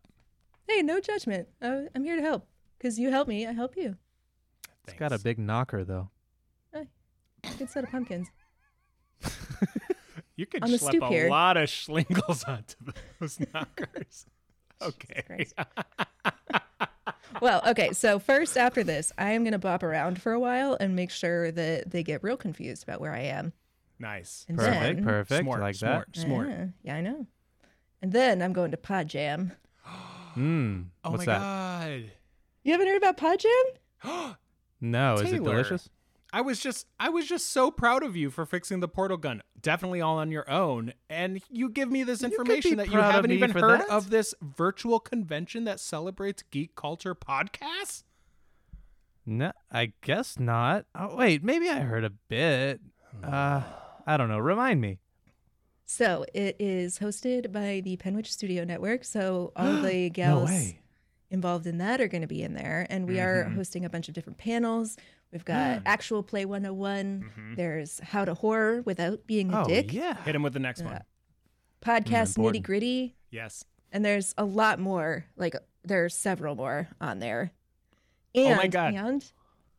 Hey, no judgment. Uh, I'm here to help because you help me, I help you.
It's got a
Thanks.
big knocker though.
Good set of pumpkins.
You could
on the stoop
slip a
here.
lot of <laughs> schlingles onto those
<laughs>
knockers. okay.
Christ. Well, okay. So first, after this, I am gonna bop around for a while and make sure that they get real confused about where I am.
nice.
And
Perfect,
then,
perfect.
Smart,
like
smart, smart.
Yeah, Uh-huh. yeah, I know. And then I'm going to Pod Jam.
that. Mm.
Oh
What's
my
that?
god.
You haven't heard about Pod Jam?
No, is it
Taylor.
delicious?
I was just I was just so proud of you for fixing the portal gun. Definitely all on your own. And you give me this
You could
information
be
that you
proud of
haven't
me
even
for
heard
that.
of this virtual convention that celebrates geek culture podcasts?
No, I guess not. Oh wait, maybe I heard a bit. Uh, I don't know. Remind me.
So it is hosted by the Penwich Studio Network. So all the
No
gals
way.
involved in that are going to be in there. And we are
Mhm.
hosting a bunch of different panels. We've got Actual Play 101.
Mhm.
There's How to Horror Without Being a
Oh
Dick.
yeah.
Hit him with the next one.
Yeah. Podcast
Mm,
Nitty
important.
Gritty.
Yes. <gasps>
And there's a lot more. Like there are several more on there.
Oh
And,
my God.
And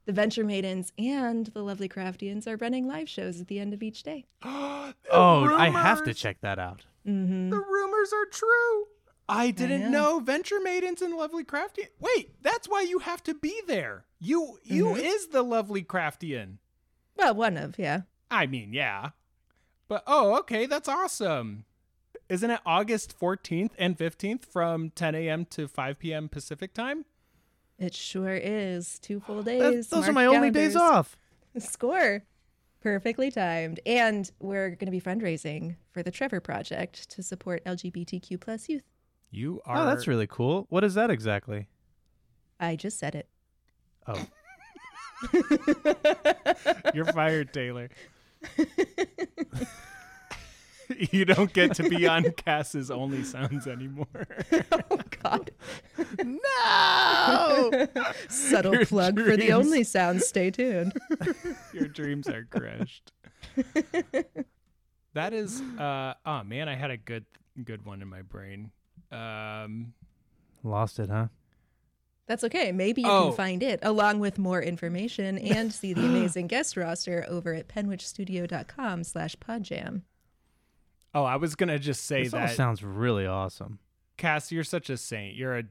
the Venture Maidens and the Lovely Craftians are running live shows at the end of each day.
oh,
Oh, I have to check that out.
hmm
The
Mm-hmm.
rumors are true. I didn't know.
know.
Venture Maidens and Lovely Craftian. Wait, that's why you have to be there. You you
Mm-hmm.
Mhm.
is the Lovely Craftian.
Well, one of, yeah.
I mean, yeah. But oh, okay, that's awesome. Isn't it August 14th and 15th from 10 a.m. to 5 p.m. Pacific time?
It sure is. Two full days.
That- those are
Mark
my only days
calendars.
off.
<laughs> Score. Perfectly timed. And we're going to be fundraising for the Trevor Project to support LGBTQ plus youth.
You are
Oh, that's really <laughs> cool. What is that exactly?
I just said it.
Oh,
You're fired, Taylor.
<laughs>
<laughs>
<laughs>
you don't get to
<laughs>
be on Cass's Only Sounds anymore. <laughs>
<laughs> Oh, God.
no!
<laughs> Subtle
Your
plug for the
dreams.
only sounds. Stay tuned.
Your dreams are
<laughs>
crushed. that is uh oh man, I had a good good one in my brain. Um
lost it, huh?
That's okay. Maybe you
Oh.
can find it along with more information and see
<gasps>
the amazing guest roster over at penwitchstudio.com slash podjam.
Oh, I was gonna just say
this all
that
sounds really awesome.
Cass, you're such a saint. You're a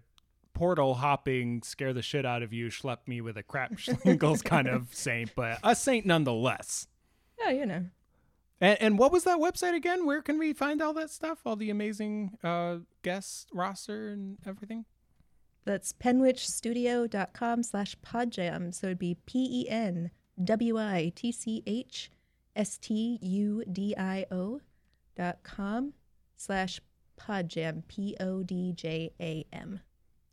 portal hopping, scare the shit out of you, schlep me with a crap <laughs> schlingles kind of saint, but a saint nonetheless.
Oh, you know.
And, and what was that website again? Where can we find all that stuff? All the amazing uh, guest roster and everything?
That's penwitchstudio.com slash podjam. So it'd be P E N W I T C H S T U D I O dot com slash podjam. P O D J A M.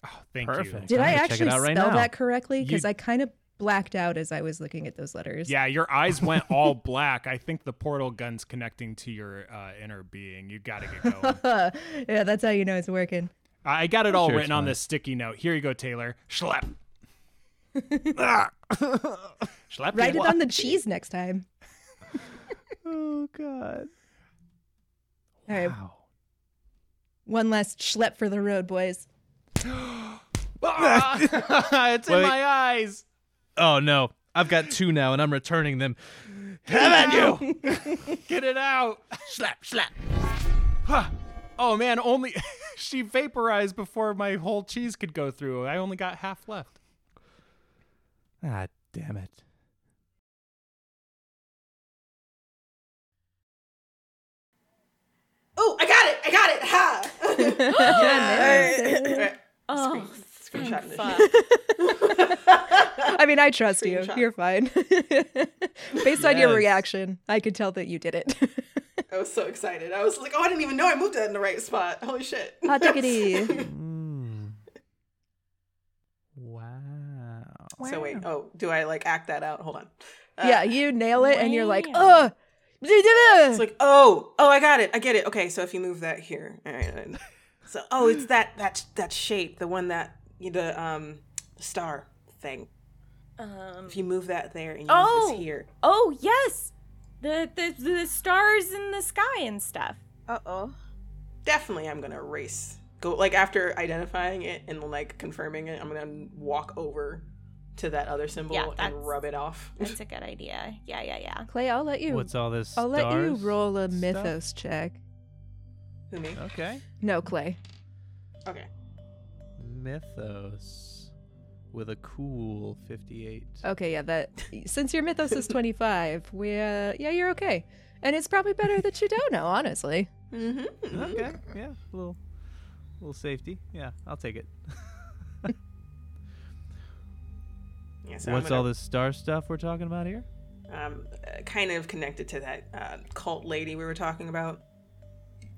Oh, thank
Perfect.
you.
Did I
Alright, check it
actually
out right
spell
now.
that correctly? Because
You-
I kind of blacked out as I was looking at those letters.
Yeah, your eyes went all black. I think the portal gun's connecting to your uh, inner being. You got to get going.
<laughs> yeah, that's how you know it's working.
I I got it all
sure it's
written on
fine.
this sticky note. Here you go, Taylor. Schlep. Schlep.
Write
you
it on
<laughs>
the
up.
cheese next time.
Oh God.
All right,
<laughs>
one last schlep for the road,
<laughs>
boys. <laughs>
Ah! <laughs>
<laughs>
it's in
Wait.
my eyes.
Oh no. I've got two now and I'm returning them. Have at you!
<laughs> Get it out. Slap, slap. Huh. Oh man, only <laughs> she vaporized before my whole cheese could go through. I only got half left.
Ah damn it.
Oh, I got it! I got it! Ha! <laughs>
I
Alright.
Oh,
Screen- screenshot this.
fuck.
mean, I trust you.
Screenshot.
You're fine. <laughs> Based on your
Yes.
reaction, I could tell that you did it. <laughs>
I was so excited. I was like, oh, I didn't even know I moved that in the right spot. Holy shit.
Hot
<laughs>
diggity.
Mm. Wow.
So wait, oh, do I like act that out? Hold on.
<laughs>
Uh,
yeah, you nail it, and you're like,
wow.
oh.
It's like, oh, oh, I got it. I get it. Okay, so if you move that here, all right. and- So, oh, it's that that that shape, the one that you the um star thing.
Um,
If you move that there and you move
Oh!
this here,
oh yes, the, the the stars in the sky and stuff.
Uh oh.
definitely I'm gonna erase. Go like after identifying it and like confirming it, I'm gonna walk over to that other symbol
Yeah,
and
that's-
rub it off.
That's a good idea. Yeah, yeah, yeah.
Clay, I'll let you.
What's all this?
I'll let you
stars
roll a
stuff?
mythos check.
Who me?
Okay.
No, Clay.
Okay.
Mythos with a cool 58.
Okay, yeah, that since your mythos is 25, we uh, yeah, you're okay. And it's probably better that you don't know, honestly.
Mm-hmm.
Okay. Yeah. A little, little safety. Yeah. I'll take it.
Yeah, so I'm
What's
gonna-
all this star stuff we're talking about here?
um, uh, kind of connected to that uh, cult lady we were talking about.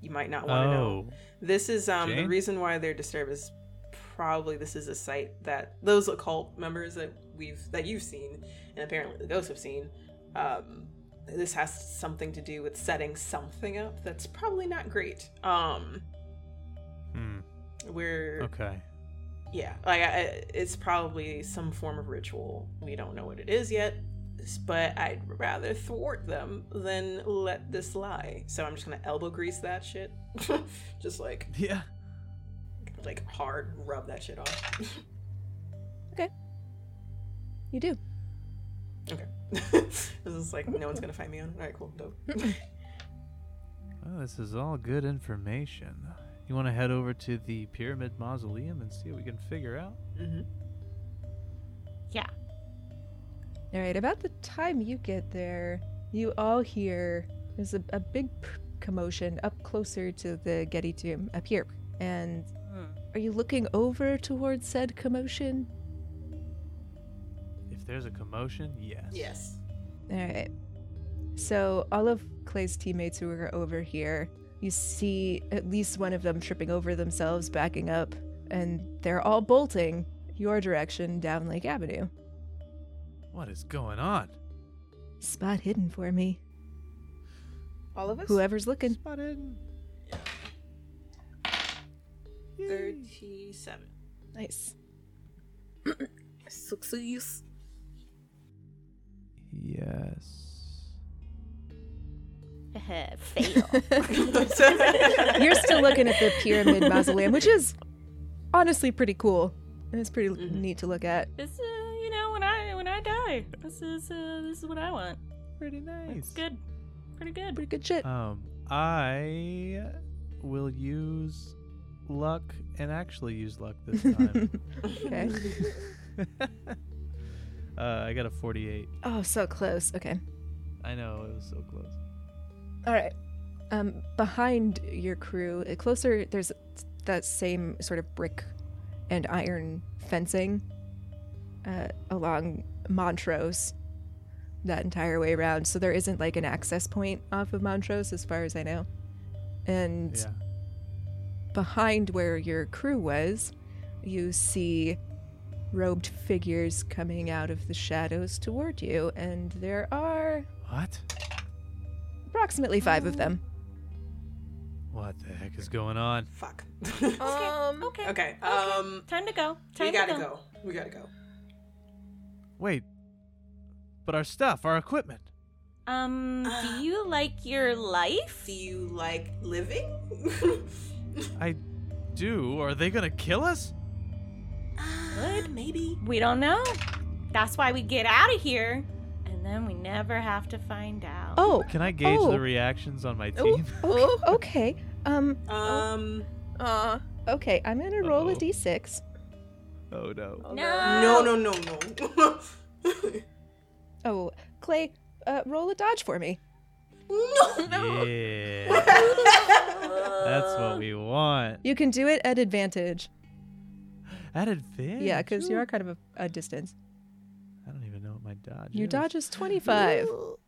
You might not want to know. This is um, the
Oh. Jane?
reason why they're disturbed is probably this is a site that those occult members that we've that you've seen and apparently the ghosts have seen. Um, this has something to do with setting something up that's probably not great. Um,
Hmm.
we're
Okay. <laughs>
yeah like I, I- it's probably some form of ritual we don't know what it is yet s- but i'd rather thwart them than let this lie so i'm just gonna elbow grease that shit <laughs> just like
Yeah.
like hard rub that shit off <laughs>
You do.
okay <laughs> this is like no one's gonna find me on all right cool dope
Well, this is all good information. You want to head over to the pyramid mausoleum and see what we can figure out?
mm-hmm.
Yeah.
All right, about the time you get there, you all hear there's a, a big p- commotion up closer to the Getty tomb up here. And are you looking over towards said commotion?
If there's a commotion, yes.
yes
All right. So all of Clay's teammates who are over here, you see at least one of them tripping over themselves, backing up, and they're all bolting your direction down Lake Avenue.
What is going on?
Spot hidden for me.
All of us?
Whoever's looking.
Spotted.
37 <laughs>
Nice.
Success.
Yes.
<laughs>
Fail.
You're still looking at the pyramid mausoleum, which is honestly pretty cool. And it's pretty
Mhm.
neat to look at.
This is, you know, when I when I die, this is uh, this is what I want.
Pretty nice.
It's good, pretty good.
Pretty good shit.
Um, I will use luck and actually use luck
<laughs>
this time. <laughs>
okay.
uh, I got a 48.
Oh, so close. Okay.
I know it was so close.
All right. Um, behind your crew, uh, closer, there's that same sort of brick and iron fencing uh, along Montrose that entire way around. So there isn't like an access point off of Montrose, as far as I know. And
Yeah.
behind where your crew was, you see robed figures coming out of the shadows toward you, and there are
What?
approximately five of them.
What the heck is going on?
Fuck.
Um,
Okay.
Oh. <laughs> okay. Um,
Time to go. Time
we gotta
to
go. We gotta go.
Wait. But our stuff, our equipment.
go.
<sighs>
Um, do you like your life?
Do you like living? <laughs>
I do. Are they gonna kill us?
Good, maybe.
We don't know. That's why we get out of here, and then we never have to find out.
Oh,
Can I gauge
Oh.
the reactions on my
Ooh,
team?
<laughs>
<laughs>
ooh,
okay. Um,
Um,
uh,
okay, I'm gonna roll a
Uh-oh.
d6.
Oh no.
no.
no, no, no, no. <laughs>
Oh, Clay, uh, roll a dodge for me. Oh,
no.
Yeah. That's what we want.
You can do it at advantage.
At advantage.
Yeah, because you are kind of a, a distance.
I don't even know what my dodge
Your
is.
dodge is 25.
Well,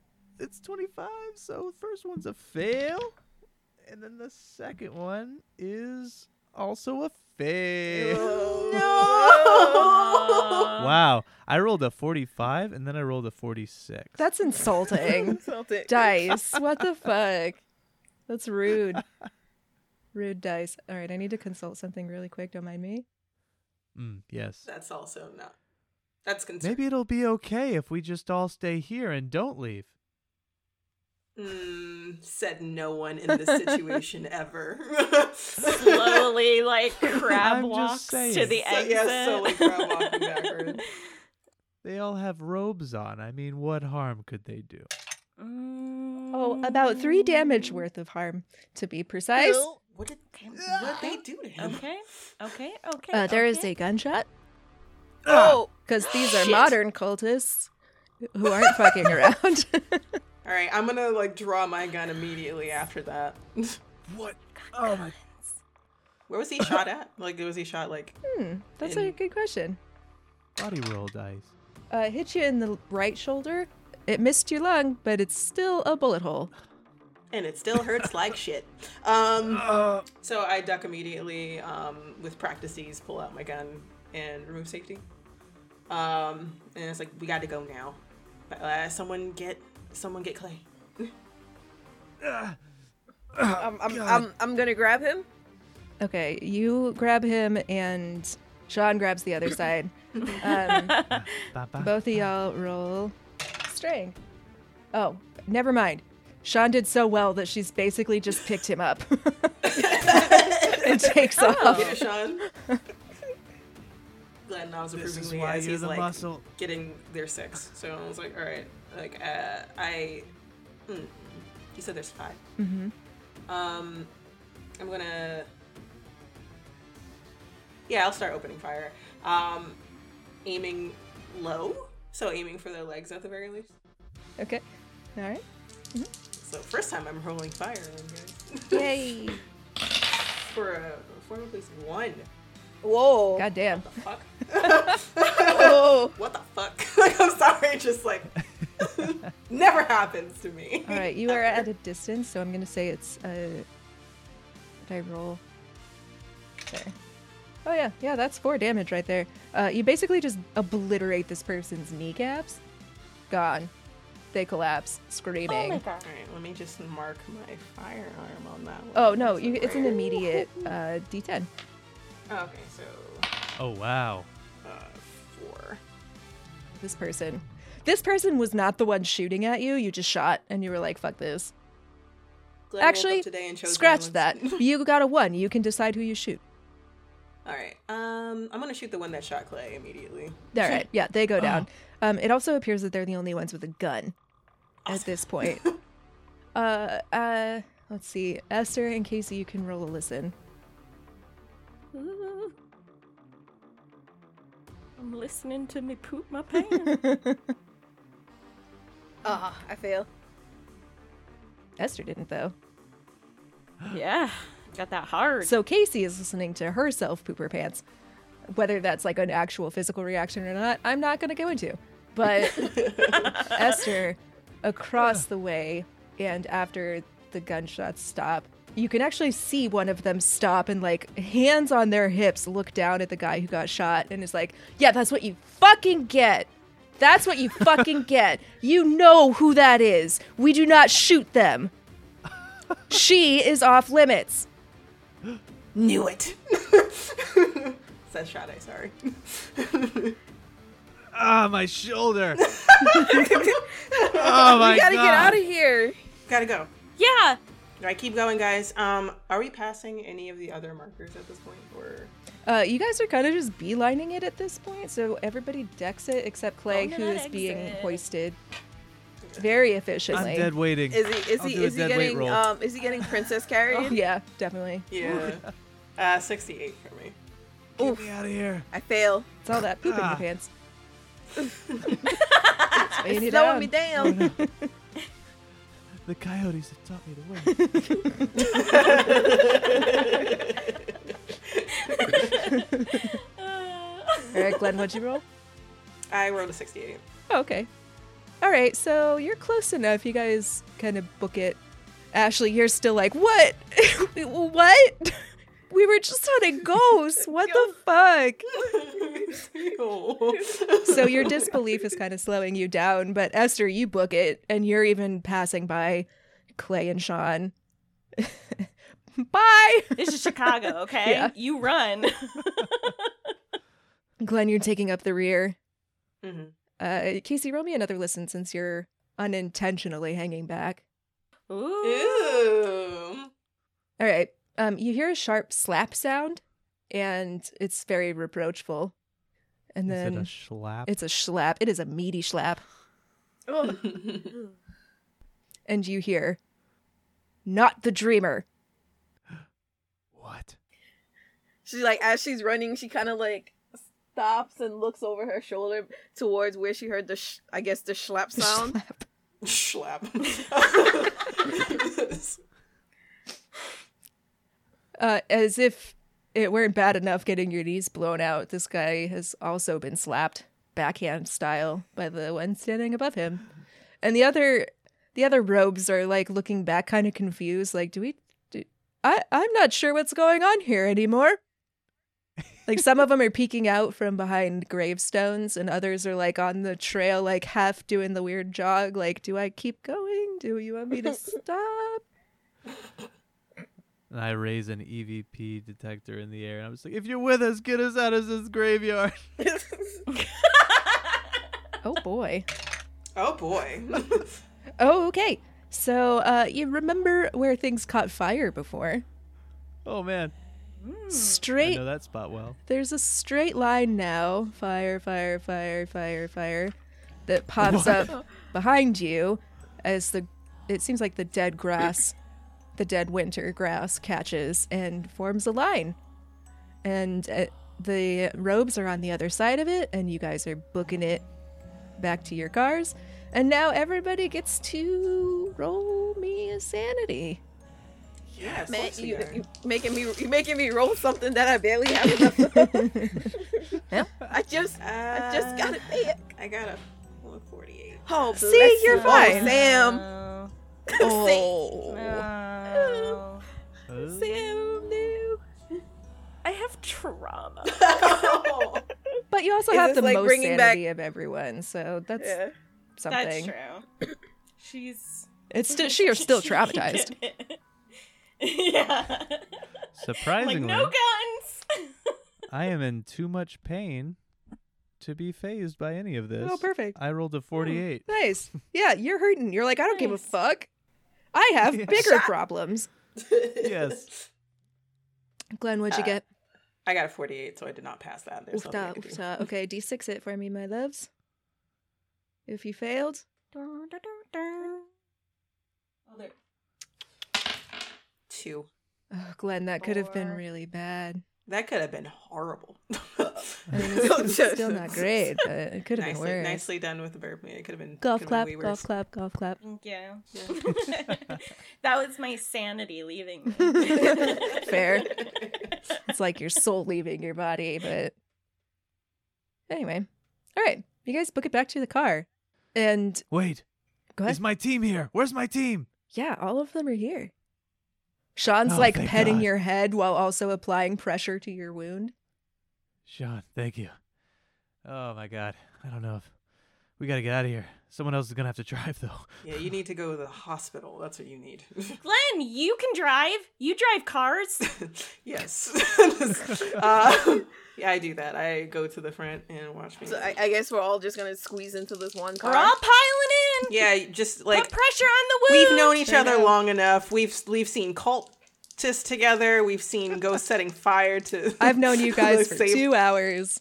It's 25, so the first one's a fail. And then the second one is also a fail.
Uh,
wow. I rolled a 45 and then I rolled a 46.
That's <laughs> insulting.
something.
<laughs> dice. What the fuck? That's rude. <laughs> Rude dice. All right, I need to consult something really quick. Don't mind me.
Mm, yes.
That's also not. That's concerning.
Maybe it'll be okay if we just all stay here and don't leave.
Mm, said no one <laughs> in this situation ever. so,
Slowly,
<laughs>
like crab
I'm just
walks to
saying.
the
So-
exit.
yeah, slowly crab walking <laughs> backwards.
They all have robes on. I mean, what harm could they do?
Oh, about three damage worth of harm, to be precise.
what did
Okay.
what they do to him?
Okay. Okay. Okay.
Uh, there is
okay.
a gunshot.
Oh,
Because these are
Shit.
modern cultists who aren't fucking around. <laughs>
All right, I'm gonna like draw my gun immediately after that. <laughs>
What? Oh my.
Where was he shot at? Like, was he shot like?
hmm, that's a
In-
good question.
Body roll dice.
Uh, hit you in the right shoulder. It missed your lung, but it's still a bullet hole.
And it still hurts like shit. Um,
Uh.
so I duck immediately. Um, with practices, pull out my gun and remove safety. Um, and it's like we got to go now. Uh, someone get someone get Clay.
I'm, I'm, I'm, I'm gonna grab him.
Okay, you grab him, and Sean grabs the other side. Um,
Ba-ba.
both of y'all roll strength. Oh, never mind. Sean did so well that she's basically just picked him up <laughs> and takes
Oh.
off.
Get
<laughs>
it, Sean. Glenn nods
This is
approvingly
why
as
you're
he's
the
like
muscle.
getting their six. So I was like, all right, like uh, I. Mm, he said there's 5 Mm-hmm. Um, I'm gonna. Yeah, I'll start opening fire. Um, aiming low, so aiming for their legs at the very least.
Okay, all right.
So first time I'm rolling fire, guys. <laughs>
Yay!
For a form of place one.
Whoa.
God
<laughs>
damn.
Fuck.
Oh.
Whoa.
what the fuck? <laughs> like, I'm sorry, just like, <laughs> never happens to me.
All right, you are at a distance, so I'm gonna say it's. Uh, did I roll? There. Oh yeah, yeah, that's four damage right there. Uh, you basically just obliterate this person's kneecaps. Gone. They collapse,
Oh
screaming.
my
Oh,
god.
All right, let me just mark my firearm on that one.
Oh, no, you, it's an immediate uh, D10.
Okay, so
Oh wow.
uh, four.
This person. This person was not the one shooting at you. You just shot, and you were like, "Fuck this."
Glenn woke
Actually,
up today and chose
scratch
<laughs> violence.
that. you got a one. You can decide who you shoot.
All right. Um, I'm gonna shoot the one that shot Clay immediately.
All right. Yeah, they go down. Um, it also appears that they're the only ones with a gun at this point. uh, uh, let's see. Esther and Casey, you can roll a listen.
Ooh. I'm listening to me poop <laughs> my pants.
Ah, I fail.
Esther didn't, though.
yeah, got that hard.
So Casey is listening to herself poop her pants. Whether that's like an actual physical reaction or not, I'm not going to go into. But Esther, across the way, and after the gunshots stop, you can actually see one of them stop and, like, hands on their hips, look down at the guy who got shot and is like, Yeah, that's what you fucking get. That's what you fucking get. You know who that is. We do not shoot them. She is off limits.
Knew it. <laughs> Says Sade. Sorry. <laughs>
Ah, my
<laughs>
shoulder. oh my
We gotta
god.
get out of here.
Gotta go.
yeah,
All right, keep going, guys. Um, are we passing any of the other markers at this point? Or
Uh, you guys are kind of just beelining it at this point, so everybody decks it except Clay,
Roll
who
that
is being
exit.
hoisted very efficiently.
I'm dead waiting.
Is he is
I'll
he
do a
is he
dead weight
getting
roll.
um is he getting princess carried?
<laughs> Oh, yeah, definitely. <laughs>
yeah, uh, sixty-eight for me.
Get me out of here.
I fail.
It's all that pooping in
Ah.
your pants. That's weighing you
Slowing
down.
me down.
<laughs>
The coyotes have taught me
<laughs>
to win.
Uh.
All right, Glenn, what'd you roll?
I rolled
<laughs>
a sixty-eight. <laughs>
Oh, okay. All right, so you're close enough. You guys kind of book it. Ashley, you're still like, what? <laughs> what? <laughs> We were just on a ghost. What the fuck?
Oh.
<laughs> So your disbelief is kind of slowing you down, but Esther, you book it, and you're even passing by Clay and Sean. <laughs> Bye,
this
<laughs>
is Chicago, okay?
Yeah.
You run.
Glenn. You're taking up the rear.
Mhm.
Uh, Casey, roll me another listen since you're unintentionally hanging back.
<laughs> Ooh.
Ew.
All right. Um, you hear a sharp slap sound, and it's very reproachful. And
Is it a
then
schlap?
it's a schlap. It is a meaty schlap, Oh, and you hear, "Not the dreamer."
what?
She's like as she's running, she kind of like stops and looks over her shoulder towards where she heard the sh- I guess the
<laughs>
schlap sound.
Schlap.
<laughs> Schlap.
Uh, as if it weren't bad enough getting your knees blown out, this guy has also been slapped backhand style by the one standing above him. And the other the other robes are like looking back kind of confused like do we do, I I'm not sure what's going on here anymore. Like some of them are peeking out from behind gravestones and others are like on the trail like half doing the weird jog like do I keep going? Do you want me to stop?
And I raise an EVP detector in the air, and I'm just like, if you're with us, get us out of this graveyard.
Oh boy.
oh boy.
Oh, okay. So uh, you remember where things caught fire before?
Oh man, I
Straight.
know that spot well.
There's a straight line now. Fire, fire, fire, fire, fire. That pops up behind you as the. It seems like the dead grass, the dead winter grass catches and forms a line. And uh, the robes are on the other side of it, and you guys are booking it back to your cars. And now everybody gets to roll me a
<laughs>
sanity.
yeah, of
Man,
course we
you,
are.
you making me you making me roll something that I barely
<laughs>
have enough. of.
Yeah.
I just I just got it back.
Uh, I got a well, 48.
Oh,
Uh, See,
bless
you're
you.
fine. Uh,
oh, <laughs> Sam.
Oh,
Oh.
no.
Uh,
Sam, no.
I have trauma.
But you also
Is
have
this
the
like
most
bringing back-
sanity of everyone, so that's
Yeah.
That's
something.
true. She's
It's still <laughs> she are still
<laughs> She
traumatized.
did it. <laughs> yeah. <laughs> like
Surprisingly,
no guns.
I am in too much pain to be phased by any of this.
Oh, perfect.
I
Hmm.
rolled a
<laughs>
48.
<laughs>
Nice. Yeah, you're hurting. You're like, I don't give a
Nice.
fuck. I have
Yeah.
bigger problems.
yes.
Glenn, what'd you
Uh,
get?
I got a 48, so I did not pass that. There's nothing I
Oofta,
could do.
oofta.
<laughs>
Okay, d6 it for me, my loves. If you failed,
Dun, dun, dun, dun.
Two.
oh, Glenn, that could have been
Four.
really bad.
That could have been horrible.
<laughs>
<laughs>
I <laughs> mean, it's, it's still not great, but it could have been
nicely,
worse.
nicely done with the burp. Yeah, It could have been
Golf
could have
clap,
been way
golf
worse.
clap, golf clap. <laughs>
Thank you. <laughs>
Yeah.
that was my sanity leaving
<laughs>
me. <laughs>
Fair. It's like your soul leaving your body, but anyway. All right, you guys book it back to the car, and
Wait,
go ahead.
is my team here? Where's my team?
Yeah, all of them are here. Sean's
Oh,
like
thank
petting
God.
your head while also applying pressure to your wound.
Sean, thank you. Oh my God, I don't know if we gotta get out of here. Someone else is gonna have to drive though. <laughs>
Yeah, you need to go to the hospital. That's what you need. <laughs>
Glenn, you can drive. You drive cars.
<laughs>
yes. <laughs> uh, yeah, I do that. I go to the front and watch me.
So I, I guess we're all just gonna squeeze into this one
We're all
car.
piling in.
yeah, just
Put
like
pressure on the wound.
we've known each other long enough. We've we've seen cultists together. We've seen ghosts setting fire to.
I've known
<laughs>
you guys for
save-
two hours.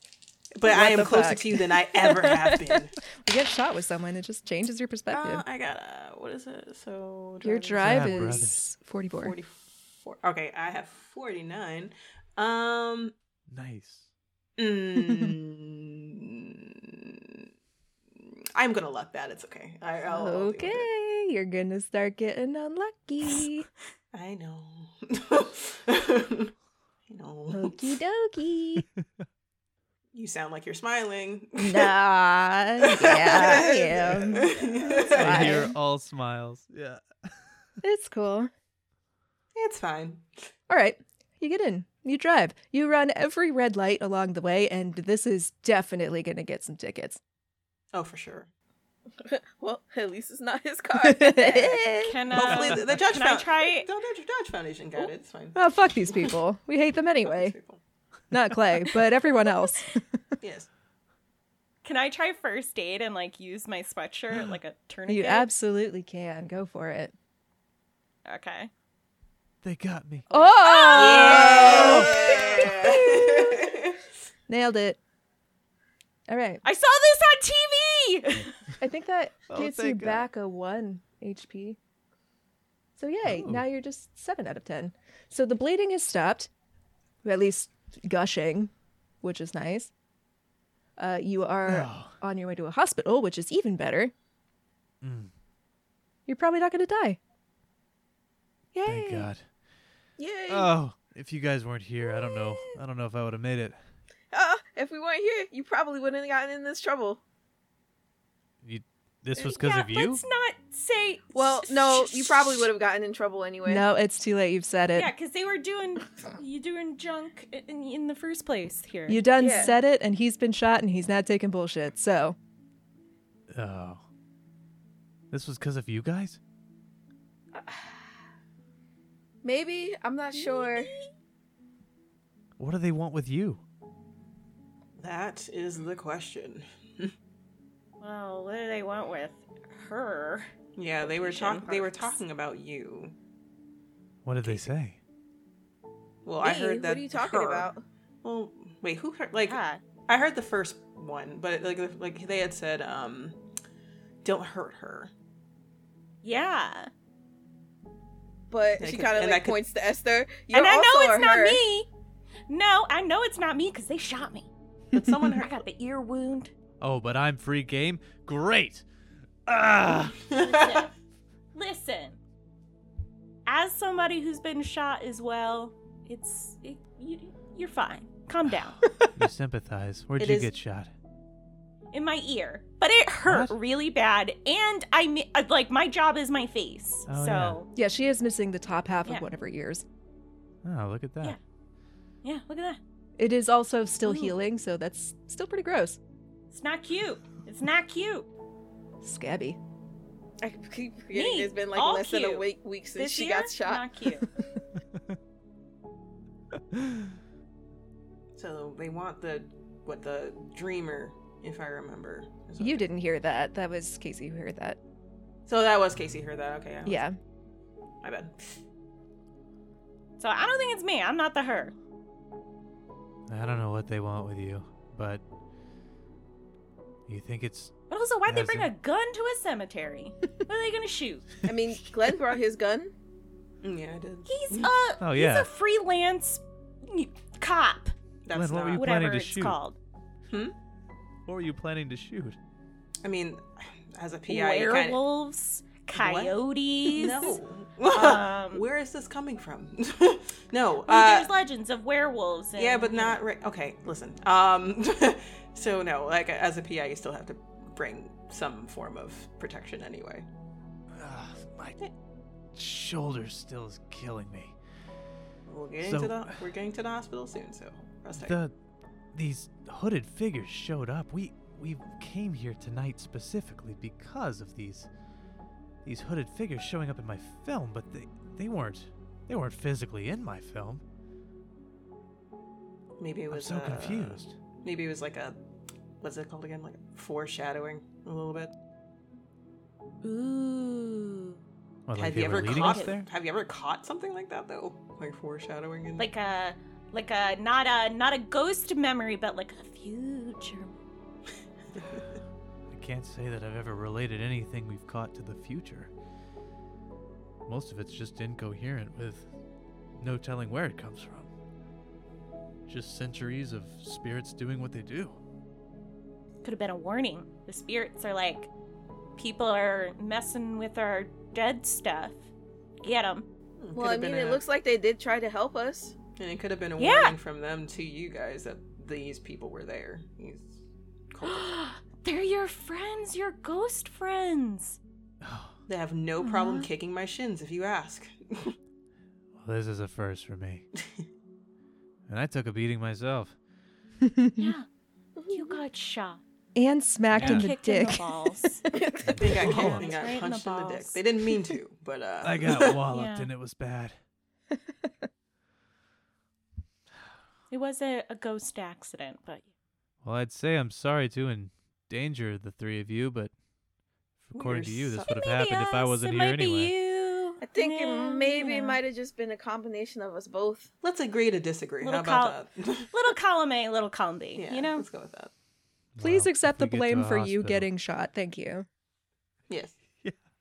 but I
what
am
the
closer
fuck?
to you than I ever
<laughs>
have been.
You get shot with someone, it just changes your perspective.
Uh, I got uh, what is it? So
your
driving-
drive
Yeah,
is 44.
44 okay i have 49 um
Nice.
mm, i'm gonna luck that it's okay I, oh, I'll, I'll deal with it.
Okay, you're gonna start getting unlucky.
i know <laughs> i know
Okie dokie.
you sound like you're smiling
Nah, yeah,
<laughs>
I am.
I
Fine.
hear all smiles. Yeah.
It's cool.
it's fine
All right, you get in. You drive. You run every red light along the way, and this is definitely gonna get some tickets.
oh for sure
well, <laughs> at least it's not
<laughs>
his car.
oh,
Can, uh,
hopefully the, the judge
can I
found
try-
the judge, judge foundation got it it's fine
Oh, fuck these people. We hate them anyway. Not Clay, but everyone else.
yes
Can I try first aid and like use my sweatshirt
<gasps>
like a
<laughs>
tourniquet?
You absolutely can. Go for it.
okay.
They got me.
Oh!
Yeah.
<laughs> Nailed it. All right.
I saw this on TV.
I think that
Oh,
gets you
thank God.
back a 1 HP. So, yay.
Oh.
Now you're just 7 out of 10. So the bleeding is stopped, or at least gushing, which is nice. Uh, you are
Oh.
on your way to a hospital, which is even better.
Mm.
You're probably not going to die. Yay.
Thank God.
Yay!
Oh, if you guys weren't here, I don't know. I don't know if I would have made it.
Ah, if we weren't here, you probably wouldn't have gotten in this trouble.
You, this was because
Uh, Yeah,
of you.
Let's not say.
<laughs>
Well, no, you probably would have gotten in trouble anyway.
No, it's too late. You've said it.
Yeah, because they were doing you doing junk in, in the first place here.
You done
Yeah.
said it, and he's been shot, and he's not taking bullshit. So
Oh. This was because of you guys.
Maybe I'm not sure.
What do they want with you?
that is the question
Well, what do they want with her?
Yeah, they were
Asian
talking. They were
parks.
talking about you.
What did they say?
Well,
Me?
Oh, I heard that.
What are you talking
her-
about?
Well, wait, who heard? Like,
Yeah.
I heard the first one, but like, the- like they had said, um, don't hurt her.
Yeah.
But
And I
she
could-
kind of
and I
like
could-
points to Esther. You're
and I
also
know
a
it's not
her.
me. No, I know it's not me because they shot me.
But someone
I
heard.
got the <laughs> ear wound.
Oh, but I'm free game. Great. <laughs> Ah.
Listen. Listen. As somebody who's been shot as well, it's it, you, you're fine. Calm <laughs> down.
you sympathize. Where'd
It
you
is-
get shot?
In my ear, but it hurt
What?
really bad, and I mi- uh, like my job is my face,
Oh,
so
yeah, she is missing the top half
Yeah.
of one of her ears.
Oh, look at that.
Yeah. yeah. Look at that.
It is also still
Ooh.
healing, so that's still pretty gross.
It's not cute. It's not cute.
Scabby.
<laughs> I keep forgetting
Me,
it's been like
all
less than a
cute.
week, week since
this
she
year,
got shot.
Not <laughs> cute.
So they want the what the dreamer, if I remember. is what
You
they-
didn't hear that. That was Casey who heard that.
So that was Casey. Heard that? Okay. I was-
Yeah.
My bad.
so I don't think it's me. I'm not the her.
I don't know what they want with you, but you think it's
But also, why'd they bring a
Hasn't-
gun to a cemetery? what are they gonna
<laughs>
shoot?
I mean,
<laughs>
Glenn brought his gun.
Mm, Yeah, I did.
He's a
Oh, yeah.
he's a freelance cop,
Glenn, what
That's
were
not.
you planning
whatever
to
it's
shoot?
called.
what were you planning to shoot?
I mean, as a PI, you kind of.
Werewolves, coyotes.
No.
Um,
Where is this coming from? <laughs> no.
Well,
uh,
there's legends of werewolves. And,
yeah, but not right. Okay, listen. Um, <laughs> so no, like as a PI, you still have to bring some form of protection anyway.
Ugh, Ah, my shoulder still is killing me.
We're getting
So-
to the we're getting to the hospital soon, so rest tight.
The these hooded figures showed up. We we came here tonight specifically because of these these hooded figures showing up in my film, but they they weren't they weren't physically in my film.
Maybe it
I'm
was
so
uh,
confused.
Maybe it was like a what's it called again? Like foreshadowing a little bit.
Ooh.
What,
have
they
you
were
ever
leading
caught
us there?
Have you ever caught something like that though? Like foreshadowing and
like a like a not a not a ghost memory, but like a future.
I can't say that I've ever related anything we've caught to the future. Most of it's just incoherent with no telling where it comes from. Just centuries of spirits doing what they do.
Could have been a warning. The spirits are like, people are messing with our dead stuff. Get them.
Hmm,
Well,
could
I
have been
mean, it
a-
looks like they did try to help us.
and it could have been a
Yeah.
warning from them to you guys that these people were there. These
<gasps>
cultists.
They're your friends, your ghost friends.
they have no problem kicking my shins if you ask.
Well, this is a first
<laughs>
for me. and I took a beating myself.
Yeah. You got shot.
And smacked in
Yeah.
the
Kicked in
dick.
the balls. <laughs>
They
<laughs>
got, kicked, they
Balls.
got
Right in the
punched in the, dick.
balls.
They didn't mean to, but uh,
<laughs>
I got walloped
Yeah.
and it was bad.
it was a, a ghost accident, but
Well, I'd say I'm sorry to endanger the three of you, but according to
you're
you, this
so-
would have
Maybe
happened if I
us,
wasn't
it
here
might be
anyway.
you.
I think
Yeah,
it maybe
you know.
might have just been a combination of
<laughs>
us both.
<laughs> let's agree to disagree.
Little
How about
col-
that? <laughs>
little column A, little column B.
yeah,
you
<laughs>
know,
let's go with that.
<laughs> Please
Well,
accept the
if we get to
blame
a
for you
hospital-
getting shot. Thank you.
Yes,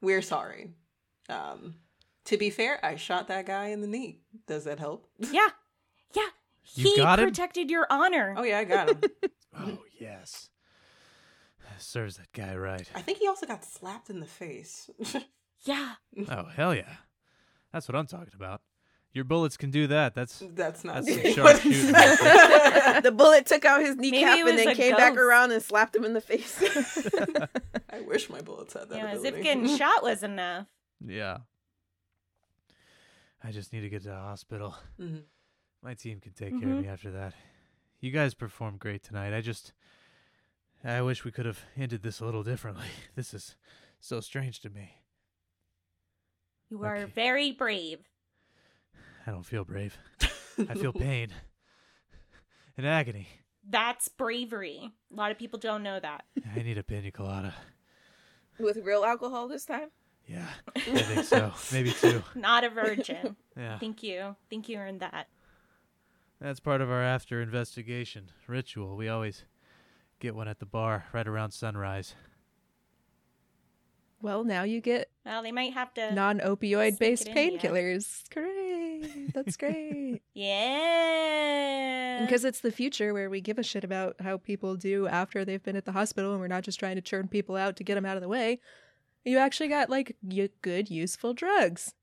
we're sorry. Um, to be fair, I shot that guy in the knee. Does that help?
yeah, yeah.
You
he
got him?
protected your honor.
Oh yeah, I
<laughs>
got him.
Oh, yes. Serves that guy right.
I think he also got slapped in the face. <laughs>
yeah.
Oh, hell yeah. That's what I'm talking about. Your bullets can do that. That's
That's not
That's some
<laughs> me.
sharp shooting.
the bullet took out his
it
kneecap
was
and then
a
came back
ghost.
around and slapped him in
<laughs>
the face.
<laughs> I wish my bullets had that
Yeah, as if
ability.
getting
<laughs>
shot was enough.
yeah. I just need to get to the hospital.
Mhm.
My team can take care of me after that. You guys performed great tonight. I just I wish we could have ended this a little differently. <laughs> This is so strange to me.
You are
Okay.
very brave.
I don't feel brave. I feel pain and agony.
That's bravery. A lot of people don't know that.
I need a pina colada.
With real alcohol this time?
Yeah, I think so. Maybe two.
Not a virgin.
<laughs> Yeah.
Thank you. Think you earned that.
That's part of our after investigation ritual. We always get one at the bar right around sunrise.
Well, now you get
Well, they might have to.
non opioid based
Stick it in ya.
painkillers. Great. That's great.
yeah.
Because it's the future where we give a shit about how people do after they've been at the hospital and we're not just trying to churn people out to get them out of the way. You actually got like y- good, useful drugs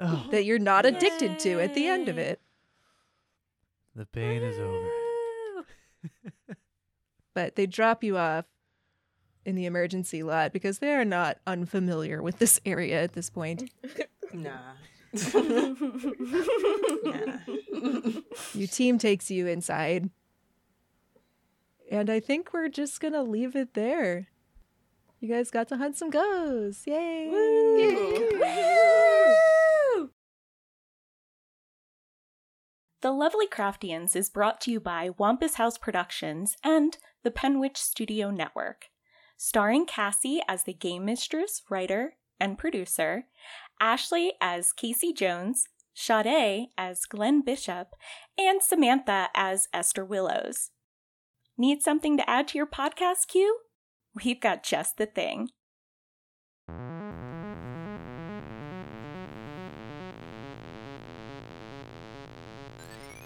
Oh,
that you're not addicted to at the end of
Yay.
it.
the pain is over.
Woo.
But they drop you off in the emergency lot because they're not unfamiliar with this area at this point.
Nah.
<laughs>
<laughs>
Your team takes you inside. And I think we're just going to leave it there. You guys got to hunt some ghosts. Yay!
The Lovely Craftians is brought to you by Wampus House Productions and the Penwitch Studio Network. Starring Cassie as the game mistress, writer, and producer, Ashley as Casey Jones, Sade as Glenn Bishop, and Samantha as Esther Willows. Need something to add to your podcast queue? We've got just the thing.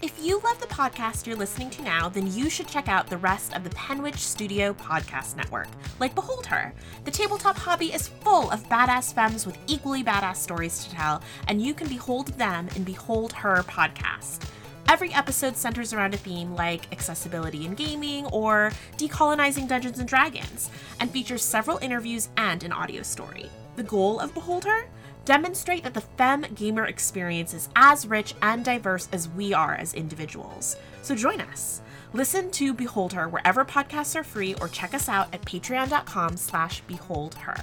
If you love the podcast you're listening to now, then you should check out the rest of the Penwich Studio Podcast Network, like Behold Her. The tabletop hobby is full of badass femmes with equally badass stories to tell, and you can behold them in Behold Her podcast. Every episode centers around a theme like accessibility in gaming or decolonizing Dungeons and Dragons, and features several interviews and an audio story. The goal of Behold Her? demonstrate that the fem gamer experience is as rich and diverse as we are as individuals. So join us. Listen to Behold Her wherever podcasts are free or check us out at patreon.com slash behold her.